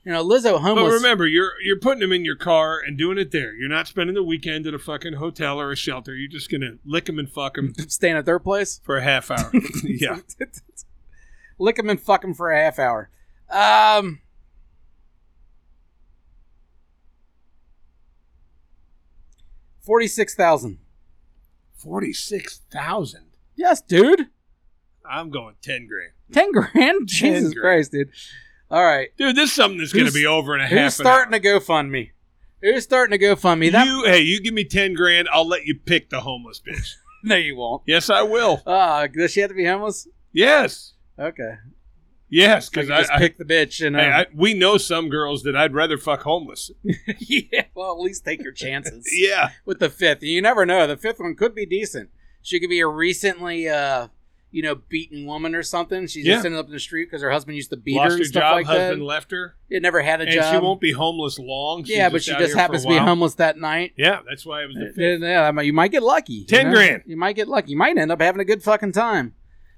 S2: You know Lizzo
S3: But
S2: homeless.
S3: remember, you're you're putting them in your car and doing it there. You're not spending the weekend at a fucking hotel or a shelter. You're just gonna lick them and fuck them
S2: staying at their place.
S3: for a half hour. yeah.
S2: Lick him and fuck him for a half hour. Um. Forty-six thousand.
S3: Forty six thousand.
S2: Yes, dude.
S3: I'm going ten grand.
S2: Ten grand. Jesus
S3: grand.
S2: Christ, dude. All right.
S3: Dude, this is something that's going to
S2: Who's-
S3: be over in a half
S2: Who's starting to GoFundMe? Who's starting to GoFundMe?
S3: an
S2: That
S3: hour. You, hey, you give me 10 grand, I'll let you pick the homeless bitch.
S2: no, you won't.
S3: yes, I will.
S2: Uh, does she have to be homeless?
S3: Yes.
S2: Okay.
S3: Yes, because
S2: Like,
S3: I,
S2: just
S3: I-
S2: pick the bitch and uh,
S3: hey, I- we know some girls that I'd rather fuck homeless.
S2: yeah. Well, at least take your chances.
S3: Yeah.
S2: with the fifth. You never know. The fifth one could be decent. She could be a recently uh, you know, beaten woman or something. She's
S3: Yeah.
S2: just ended up in the street because her husband used to beat
S3: Lost
S2: her
S3: her
S2: and stuff
S3: job,
S2: like
S3: husband
S2: that.
S3: left her,
S2: It never had a
S3: and
S2: job.
S3: she won't be homeless long. She's
S2: yeah, but she
S3: out
S2: just
S3: here for
S2: happens
S3: a
S2: to be
S3: while.
S2: homeless that night. Uh,
S3: Yeah, that's why it was the
S2: Yeah,
S3: fifth.
S2: yeah, I mean, you might get lucky. you
S3: 10
S2: know?
S3: grand.
S2: You might get lucky. You might end up having a good fucking time.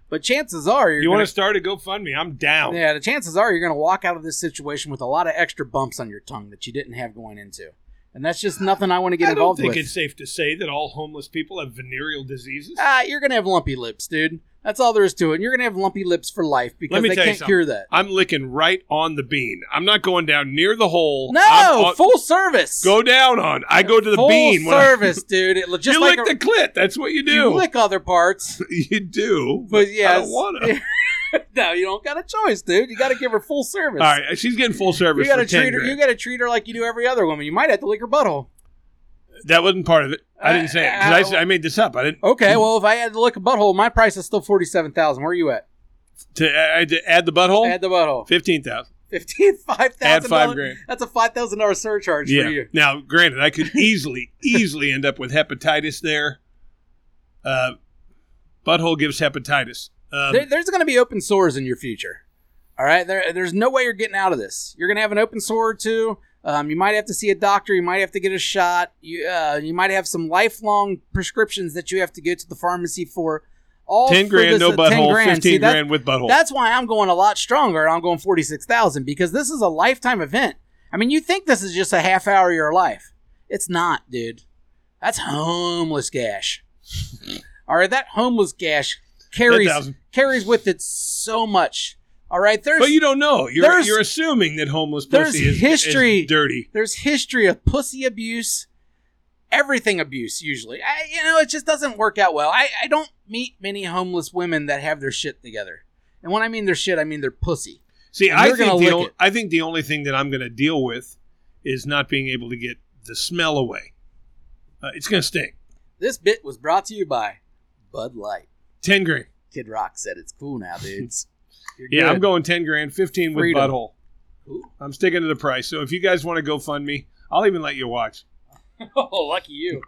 S2: But chances are you're
S3: You oh.
S2: gonna,
S3: want to start a GoFundMe? I'm down.
S2: yeah, the chances are you're going to walk out of this situation with a lot of extra bumps on your tongue that you didn't have going into, and that's just nothing I want to get
S3: I don't
S2: involved
S3: think
S2: with.
S3: it's safe to say that all homeless people have venereal diseases.
S2: Ah, you're going to have lumpy lips, dude. That's all there is to it. You're going to have lumpy lips for life because
S3: Let me
S2: they
S3: tell you
S2: can't cure that.
S3: I'm licking right on the bean. I'm not going down near the hole. I'm
S2: No,
S3: on-
S2: full service.
S3: go down on. I go to the
S2: full
S3: bean. when I-
S2: service, dude. It look- just
S3: you
S2: like
S3: lick
S2: a-
S3: the clit. That's what you do.
S2: you lick other parts,
S4: you do.
S2: but yes,
S4: I don't want to.
S2: no, you don't got a choice, dude. You got to give her full service.
S3: All right, she's getting full
S2: You
S3: service
S2: gotta
S3: for ten
S2: treat her.
S3: grand.
S2: You gotta treat her like you do every other woman. You might have to lick her butthole.
S3: That wasn't part of it. I didn't say it because I,
S2: Uh,
S3: said- I made this up. I didn't
S2: Okay, well, if I had to lick a butthole, my price is still forty seven thousand. Where are you at?
S3: to, I had to add the butthole.
S2: Add the butthole.
S3: Fifteen thousand.
S2: Fifteen five
S3: Add
S2: thousand.
S3: five grand.
S2: That's a five thousand dollar surcharge for
S3: Yeah.
S2: you.
S3: Now, granted, I could easily, easily end up with hepatitis there. Uh, butthole gives hepatitis. Um,
S2: There, there's gonna be open sores in your future. All right, there, there's no way you're getting out of this. You're gonna have an open sore or two. Um, you might have to see a doctor. You might have to get a shot. You uh, you might have some lifelong prescriptions that you have to go to the pharmacy for. All
S3: ten
S2: for
S3: grand,
S2: this-
S3: no
S2: 10
S3: butthole.
S2: grand. See,
S3: Fifteen
S2: that's-
S3: grand with butthole.
S2: That's why I'm going a lot stronger. and I'm going 46,000 because this is a lifetime event. I mean, you think this is just a half hour of your life. It's not, dude. That's homeless gash. All right, that homeless gash carries
S3: 10,000.
S2: carries with it so much. All right, there's
S3: But you don't know. You're
S2: There's-
S3: you're assuming that homeless
S2: there's
S3: pussy is,
S2: history.
S3: is dirty.
S2: there's history of pussy abuse, everything abuse usually. I, you know, it just doesn't work out well. I, I don't meet many homeless women that have their shit together. And when I mean their shit, I mean their pussy.
S3: See,
S2: And
S3: I
S2: you're gonna
S3: think the
S2: lick
S3: o-
S2: it.
S3: I think the only thing that I'm going to deal with is not being able to get the smell away. Uh, it's going to stink.
S2: This bit was brought to you by Bud Light.
S3: Ten grand.
S2: Kid Rock said it's cool now, dudes. You're
S3: Yeah,
S2: good.
S3: I'm going ten grand, fifteen with
S2: Freedom.
S3: butthole.
S2: Ooh.
S3: I'm sticking to the price. So if you guys want to go fund me, I'll even let you watch.
S2: Oh, lucky you.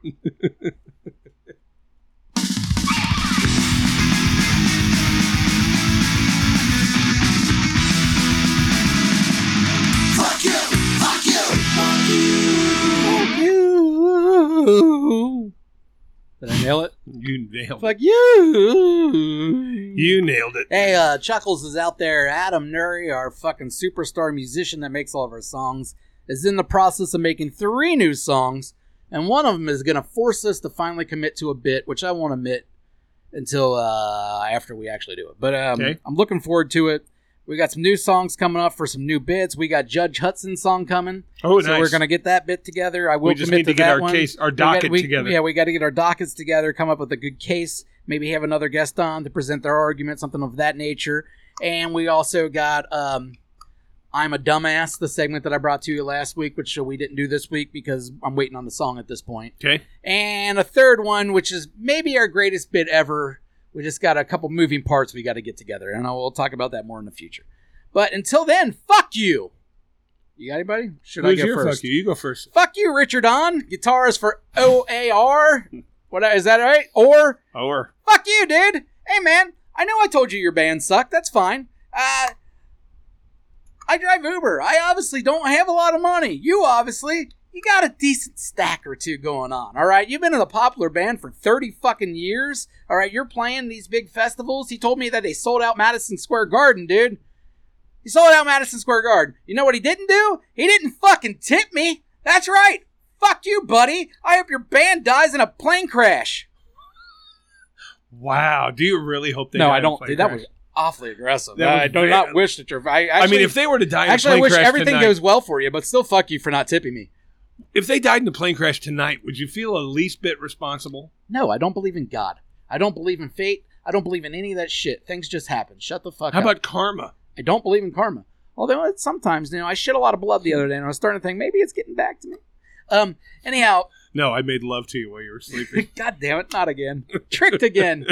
S2: fuck you! Fuck you! Fuck you! Fuck you! Did I nail it?
S3: You nailed it.
S2: Fuck you!
S3: You nailed it.
S2: Hey, uh, Chuckles is out there. Adam Nuri, our fucking superstar musician that makes all of our songs, is in the process of making three new songs, and one of them is going to force us to finally commit to a bit, which I won't admit until uh, after we actually do it. But um,
S3: Okay.
S2: I'm looking forward to it. We got some new songs coming up for some new bits. We got Judge Hudson's song coming,
S3: Oh,
S2: so
S3: nice.
S2: we're going to get that bit together. I will
S3: We just
S2: commit
S3: need to
S2: to
S3: get
S2: that
S3: our
S2: one.
S3: case- our
S2: We got-
S3: docket
S2: we-
S3: together.
S2: Yeah, we got to get our dockets together, come up with a good case, maybe have another guest on to present their argument, something of that nature. And we also got um, I'm a Dumbass, the segment that I brought to you last week, which we didn't do this week because I'm waiting on the song at this point.
S3: okay.
S2: And a third one, which is maybe our greatest bit ever. We just got a couple moving parts we got to get together, and I will talk about that more in the future. But until then, fuck you. You got anybody? Should
S3: Who's
S2: I go
S3: your
S2: first?
S3: fuck you? You go first.
S2: Fuck you, Richard On. Guitars for OAR. What is that right? Or
S3: Or
S2: fuck you, dude. Hey man, I know I told you your band sucked. That's fine. Uh I drive Uber. I obviously don't have a lot of money. You obviously, you got a decent stack or two going on. All right, you've been in a popular band for 30 fucking years. All right, you're playing these big festivals. He told me that they sold out Madison Square Garden, dude. He sold out Madison Square Garden. You know what he didn't do? He didn't fucking tip me. That's right. Fuck you, buddy. I hope your band dies in a plane crash.
S3: wow, do you really hope they?
S2: No,
S3: die
S2: I
S3: in a
S2: don't.
S3: plane
S2: Dude, that
S3: crash?
S2: was awfully aggressive.
S3: That was
S2: I do
S3: very-
S2: not wish that your. I, actually,
S3: I mean, if they were to die in
S2: actually,
S3: a
S2: I
S3: plane
S2: wish
S3: crash
S2: everything
S3: tonight,
S2: goes well for you, but still, fuck you for not tipping me.
S3: if they died in a plane crash tonight, would you feel a least bit responsible?
S2: No, I don't believe in God. I don't believe in fate. I don't believe in any of that shit. Things just happen. Shut the fuck
S3: How
S2: up.
S3: about karma?
S2: I don't believe in karma. Although it's sometimes, you know, I shit a lot of
S3: Hmm.
S2: blood the other day, and I was starting to think maybe it's getting back to me. Um. Anyhow,
S3: No, I made love to you while you were sleeping.
S2: God damn it, not again. Tricked again.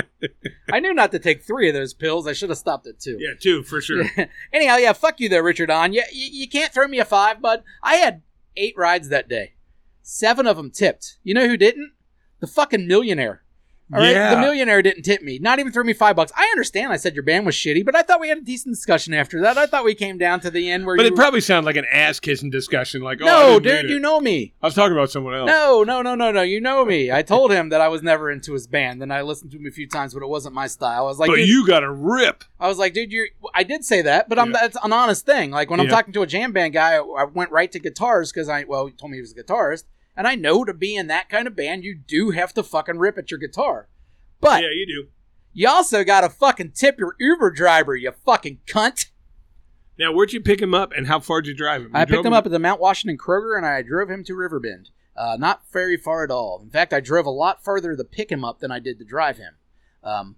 S2: I knew not to take three of those pills. I should have stopped at two.
S3: yeah, too for sure.
S2: Anyhow, yeah, fuck you there, Richard On. Yeah, you, you can't throw me a five, bud. I had eight rides that day. Seven of them tipped. You know who didn't? The fucking millionaire. All right,
S3: Yeah.
S2: the millionaire didn't tip me. Not even threw me five bucks. I understand. I said your band was shitty, but I thought we had a decent discussion after that. I thought we came down to the end where
S3: But
S2: you.
S3: it probably sounded like an ass kissing discussion. Like, oh, I
S2: no,
S3: didn't
S2: dude,
S3: do
S2: you
S3: that.
S2: know me.
S3: I was talking about someone else.
S2: No, no, no, no, no. You know me. I told him that I was never into his band, and I listened to him a few times, but it wasn't my style. I was like,
S3: but
S2: dude,
S3: you got a rip.
S2: I was like, dude, you're. I did say that, but I'm.
S3: Yeah.
S2: That's an honest thing. Like when I'm
S3: Yeah.
S2: talking to a jam band guy, I, I went right to guitars because I. Well, he told me he was a guitarist, and I know to be in that kind of band, you do have to fucking rip at your guitar. But
S3: yeah, you do.
S2: you also got to fucking tip your Uber driver, you fucking cunt.
S3: Now, where'd you pick him up, and how far'd you drive him?
S2: I
S3: You
S2: picked
S3: drove
S2: him up at the Mount Washington Kroger and I drove him to Riverbend. Uh, not very far at all. In fact, I drove a lot further to pick him up than I did to drive him. Um,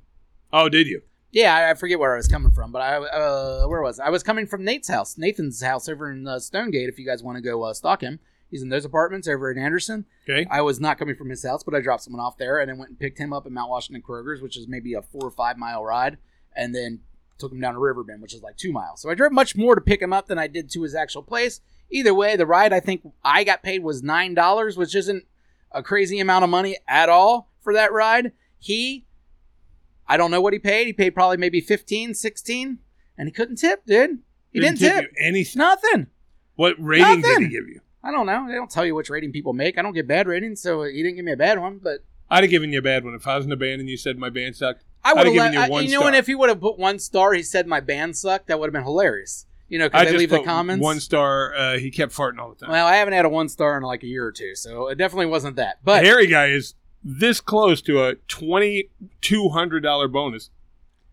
S3: Oh, did you?
S2: yeah, I, I forget where I was coming from, but I uh, where was I? I was coming from Nate's house, Nathan's house over in uh, Stonegate. If you guys want to go uh, stalk him, he's in those apartments over in Anderson.
S3: Okay.
S2: I was not coming from his house, but I dropped someone off there and then went and picked him up at Mount Washington Kroger's, which is maybe a four or five mile ride, and then took him down to Riverbend, which is like two miles. So I drove much more to pick him up than I did to his actual place. Either way, the ride I think I got paid was nine dollars, which isn't a crazy amount of money at all for that ride. He I don't know what he paid. He paid probably maybe 15, 16, and he couldn't tip, dude. He didn't,
S3: give
S2: tip.
S3: you anything.
S2: Nothing.
S3: What rating did
S2: Nothing.
S3: he give you?
S2: I don't know. They don't tell you which rating people make. I don't get bad ratings, so he didn't give me a bad one, but
S3: I'd have given you a bad one if I was in a band and you said my band sucked.
S2: I
S3: I'd
S2: would
S3: have
S2: have let,
S3: given you
S2: I-
S3: one
S2: you know, and
S3: star.
S2: if he would have put one star, he said my band sucked. That would have been hilarious. You know,
S3: I
S2: because they
S3: just
S2: leave the
S3: put
S2: comments.
S3: one star. Uh, he kept farting all the time.
S2: well, I haven't had a one star in like a year or two, so it definitely wasn't that.
S3: The
S2: But
S3: Harry guy is this close to a twenty two hundred dollar bonus.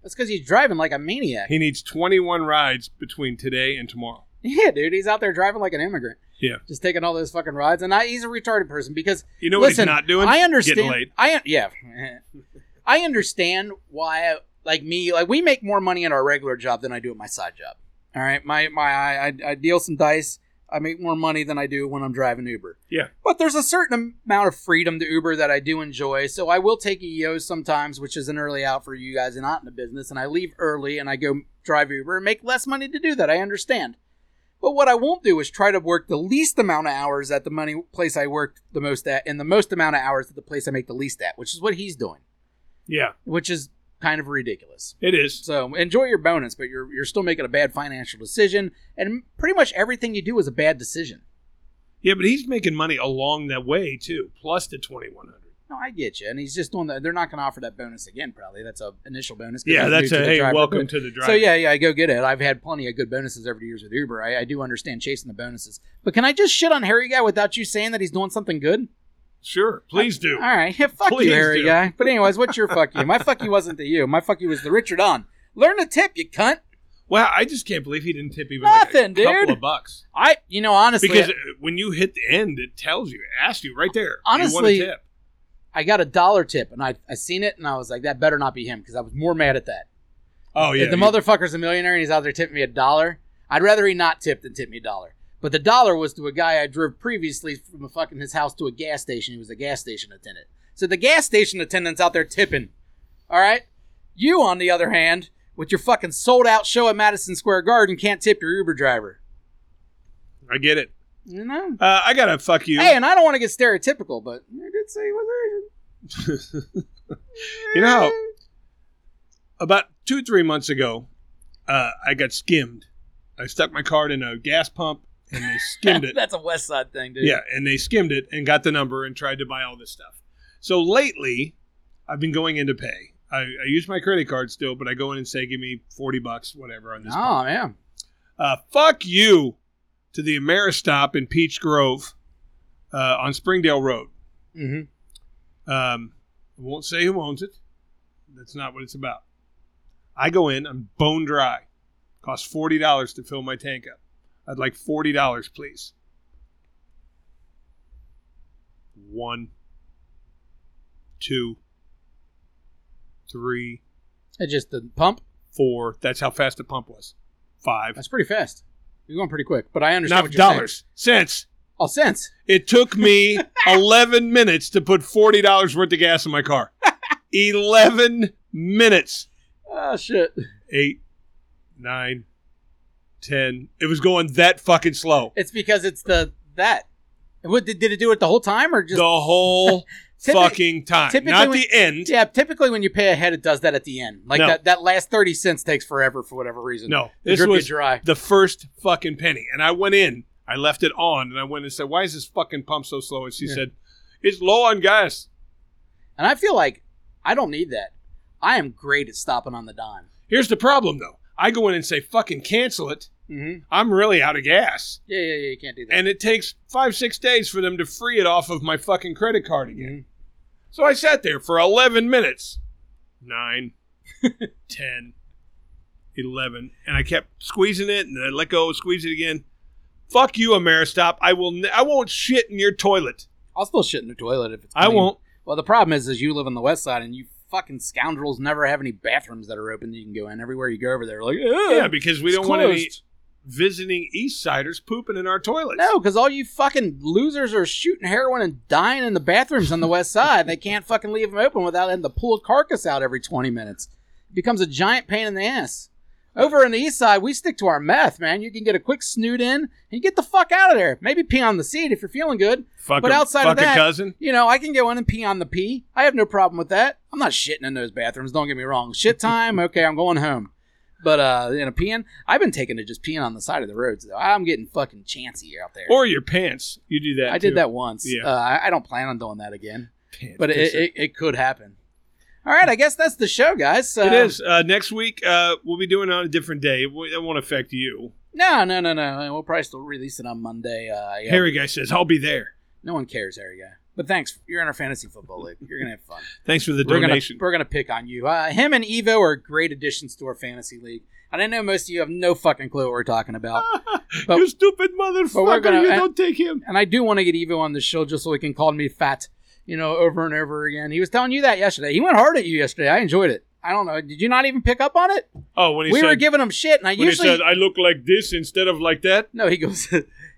S2: that's because he's driving like a maniac.
S3: He needs twenty one rides between today and tomorrow.
S2: yeah, dude, he's out there driving like an immigrant.
S3: Yeah.
S2: just taking all those fucking rides, and I, he's a retarded person because
S3: You know
S2: Listen,
S3: what he's not doing?
S2: I understand.
S3: Getting laid.
S2: I un- yeah, I understand why. Like me, like we make more money in our regular job than I do at my side job. All right, my my I, I, I deal some dice. I make more money than I do when I'm driving Uber.
S3: Yeah.
S2: but there's a certain amount of freedom to Uber that I do enjoy. So I will take EOs sometimes, which is an early out for you guys and not in the business. And I leave early and I go drive Uber and make less money to do that. I understand. But what I won't do is try to work the least amount of hours at the money place I worked the most at, and the most amount of hours at the place I make the least at, which is what he's doing,
S3: Yeah,
S2: which is kind of ridiculous.
S3: it is.
S2: So enjoy your bonus, but you're you're still making a bad financial decision, and pretty much everything you do is a bad decision.
S3: Yeah, but he's making money along that way too, plus the twenty one hundred.
S2: No, I get you, and he's just doing that. They're not going to offer that bonus again, probably. That's a initial bonus. 'cause
S3: Yeah,
S2: he's
S3: that's
S2: new
S3: a
S2: to the
S3: hey,
S2: driver,
S3: welcome
S2: but-
S3: to the drive.
S2: So yeah, yeah, I go get it. I've had plenty of good bonuses over the years with Uber. I, I do understand chasing the bonuses, but can I just shit on Harry guy without you saying that he's doing something good?
S3: sure, please do.
S2: All right, yeah, fuck
S3: Please
S2: you, Harry
S3: do.
S2: guy. But anyways, what's your fuck you? My fuck you wasn't to you. My fuck you was the Richard on. Learn to tip, you cunt.
S3: Wow, I just can't believe he didn't tip even
S2: Nothing,
S3: like a couple
S2: dude.
S3: of bucks.
S2: I, you know, honestly,
S3: Because uh, when you hit the end, it tells you, it asks you right there. you want a
S2: Honestly,
S3: tip.
S2: I got a dollar tip, and I, I seen it, and I was like, that better not be him, because I was more mad at that.
S3: oh yeah,
S2: if the
S3: you-
S2: motherfucker's a millionaire and he's out there tipping me a dollar, I'd rather he not tip than tip me a dollar. But the dollar was to a guy I drove previously from a fucking his house to a gas station. He was a gas station attendant. So the gas station attendant's out there tipping. All right. You, on the other hand, with your fucking sold out show at Madison Square Garden, can't tip your Uber driver.
S3: I get it.
S2: You know?
S3: Uh, I gotta fuck you.
S2: Hey, and I don't want to get stereotypical, but I did say he was Asian.
S3: You know, how about two three months ago, uh, I got skimmed. I stuck my card in a gas pump and they skimmed it.
S2: That's a West Side thing, dude.
S3: yeah, and they skimmed it and got the number and tried to buy all this stuff. So lately, I've been going in to pay. I, I use my credit card still, but I go in and say, "Give me forty bucks, whatever." On this, pump."
S2: Oh man.
S3: uh, fuck you to the Ameristop in Peach Grove uh, on Springdale Road.
S2: Mm-hmm.
S3: Um, I won't say who owns it. That's not what it's about. I go in, I'm bone dry. Costs forty dollars to fill my tank up. I'd like forty dollars, please. One, two, three,
S2: It's just the pump.
S3: four. That's how fast the pump was. Five.
S2: That's pretty fast. You're going pretty quick, but I understand
S3: Not
S2: what you're saying.
S3: dollars. Cents.
S2: Oh, sense.
S3: It took me 11 minutes to put $40 worth of gas in my car. 11 minutes.
S2: Oh shit.
S3: eight, nine, ten. It was going that fucking slow
S2: It's because it's the that. What did, did it do it the whole time or just
S3: the whole
S2: Typi-
S3: fucking time.
S2: typically
S3: Not
S2: when-
S3: the end.
S2: Yeah, typically when you pay ahead, it does that at the end. Like
S3: No.
S2: that, that last thirty cents takes forever for whatever reason.
S3: No,
S2: They
S3: this
S2: drip you
S3: was
S2: dry.
S3: the first fucking penny. And I went in, I left it on, and I went and said, "Why is this fucking pump so slow?" And she
S2: Yeah.
S3: said, "It's low on gas."
S2: And I feel like I don't need that. I am great at stopping on the dime.
S3: Here's the problem, though. I go in and say, "Fucking cancel it."
S2: Mm-hmm.
S3: I'm really out of gas,
S2: Yeah, yeah, yeah. You can't do that.
S3: and it takes five, six days for them to free it off of my fucking credit card again.
S2: Mhm.
S3: So I sat there for 11 minutes. 9, 10, 11. And I kept squeezing it and then I let go, squeeze it again. Fuck you, Ameristop. I will n- I won't shit in your toilet.
S2: I'll still shit in the toilet if it's.
S3: I
S2: clean.
S3: won't.
S2: Well, the problem is, is you live on the west side, and you fucking scoundrels never have any bathrooms that are open that you can go in. Everywhere you go over there, like "Ugh,
S3: Yeah, because we
S2: it's
S3: don't want any
S2: closed."
S3: visiting East Siders pooping in our toilets.
S2: No, because all you fucking losers are shooting heroin and dying in the bathrooms on the west side. They can't fucking leave them open without having to pull a carcass out every 20 minutes. It becomes a giant pain in the ass. Over in the east side, we stick to our meth, man. You can get a quick snoot in and you get the fuck out of there. Maybe pee on the seat if you're feeling good.
S3: Fuck
S2: but
S3: a-
S2: outside
S3: fuck
S2: of that-
S3: a cousin.
S2: You know, I can go in and pee on the pee. I have no problem with that. I'm not shitting in those bathrooms. Don't get me wrong. Shit time. Okay, I'm going home. But uh, you know, peeing. I've been taking to just peeing on the side of the roads. Though I'm getting fucking chancy out there.
S3: Or your pants. You do that.
S2: I did
S3: too.
S2: that once.
S3: Yeah.
S2: Uh, I, I don't plan on doing that again,
S3: Pants
S2: but it,
S3: pisser.
S2: it, it could happen. All right, I guess that's the show, guys. Uh,
S3: It is. Uh, next week, uh, we'll be doing it on a different day. It w- it won't affect you.
S2: No, no, no, no. We'll probably still release it on Monday. Uh, yeah.
S3: Harry Guy says, I'll be there.
S2: No one cares, Harry guy. But thanks. You're in our fantasy football league. You're gonna have fun.
S3: Thanks for the
S2: we're gonna
S3: donation.
S2: we're gonna pick on you. Uh, him and Evo are great additions to our fantasy league. And I know most of you have no fucking clue what we're talking about. but-
S3: you stupid motherfucker.
S2: but we're gonna-
S3: you
S2: I-
S3: don't take him.
S2: and I do want to get Evo on the show just so he can call me fat, you know, over and over again. He was telling you that yesterday. He went hard at you yesterday. I enjoyed it. I don't know. Did you not even pick up on it?
S3: Oh, when he
S2: we
S3: said,
S2: were giving him shit, and I
S3: when
S2: usually
S3: he said, I look like this instead of like that.
S2: no. He goes,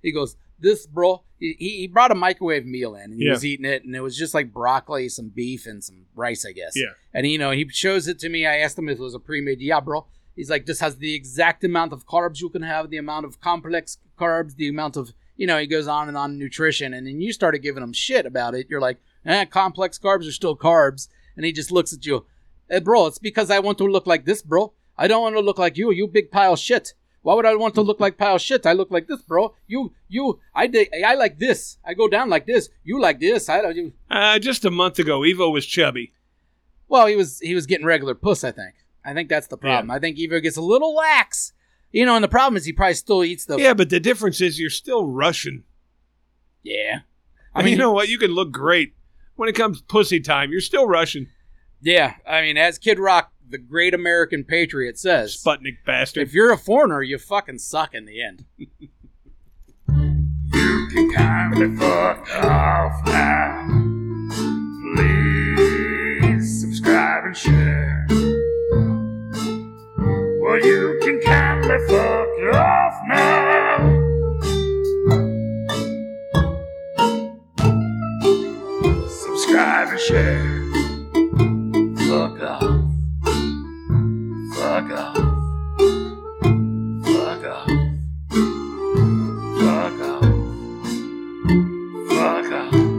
S2: he goes, this bro. He, he he brought a microwave meal in, and he
S3: Yeah.
S2: was eating it, and it was just like broccoli, some beef, and some rice, I guess.
S3: Yeah.
S2: And you know, he shows it to me. I asked him if it was a pre-made. Yeah, bro. He's like, this has the exact amount of carbs you can have, the amount of complex carbs, the amount of you know. He goes on and on nutrition, and then you started giving him shit about it. You're like, eh, complex carbs are still carbs, and he just looks at you. Hey, Eh, bro, it's because I want to look like this, bro. I don't want to look like you, you big pile of shit. Why would I want to look like pile of shit? I look like this, bro. You, you, I, di- I like this. I go down like this. You like this. I don't. You.
S3: Uh, just a month ago, Evo was chubby.
S2: Well, he was he was getting regular puss. I think. I think that's the problem. I think Evo gets a little lax. You know, and the problem is he probably still eats the.
S3: Yeah, but the difference is you're still Russian.
S2: Yeah.
S3: I mean, you know what? You can look great. When it comes pussy time, you're still Russian.
S2: Yeah. I mean, as Kid Rock, the great American patriot, says,
S3: Sputnik bastard.
S2: if you're a foreigner, you fucking suck in the end.
S1: can kindly fuck off now. Please subscribe and share. Well, you can kindly fuck off now. Subscribe and share. Fuck off. Fuck off. Fuck off. Fuck off. Fuck off.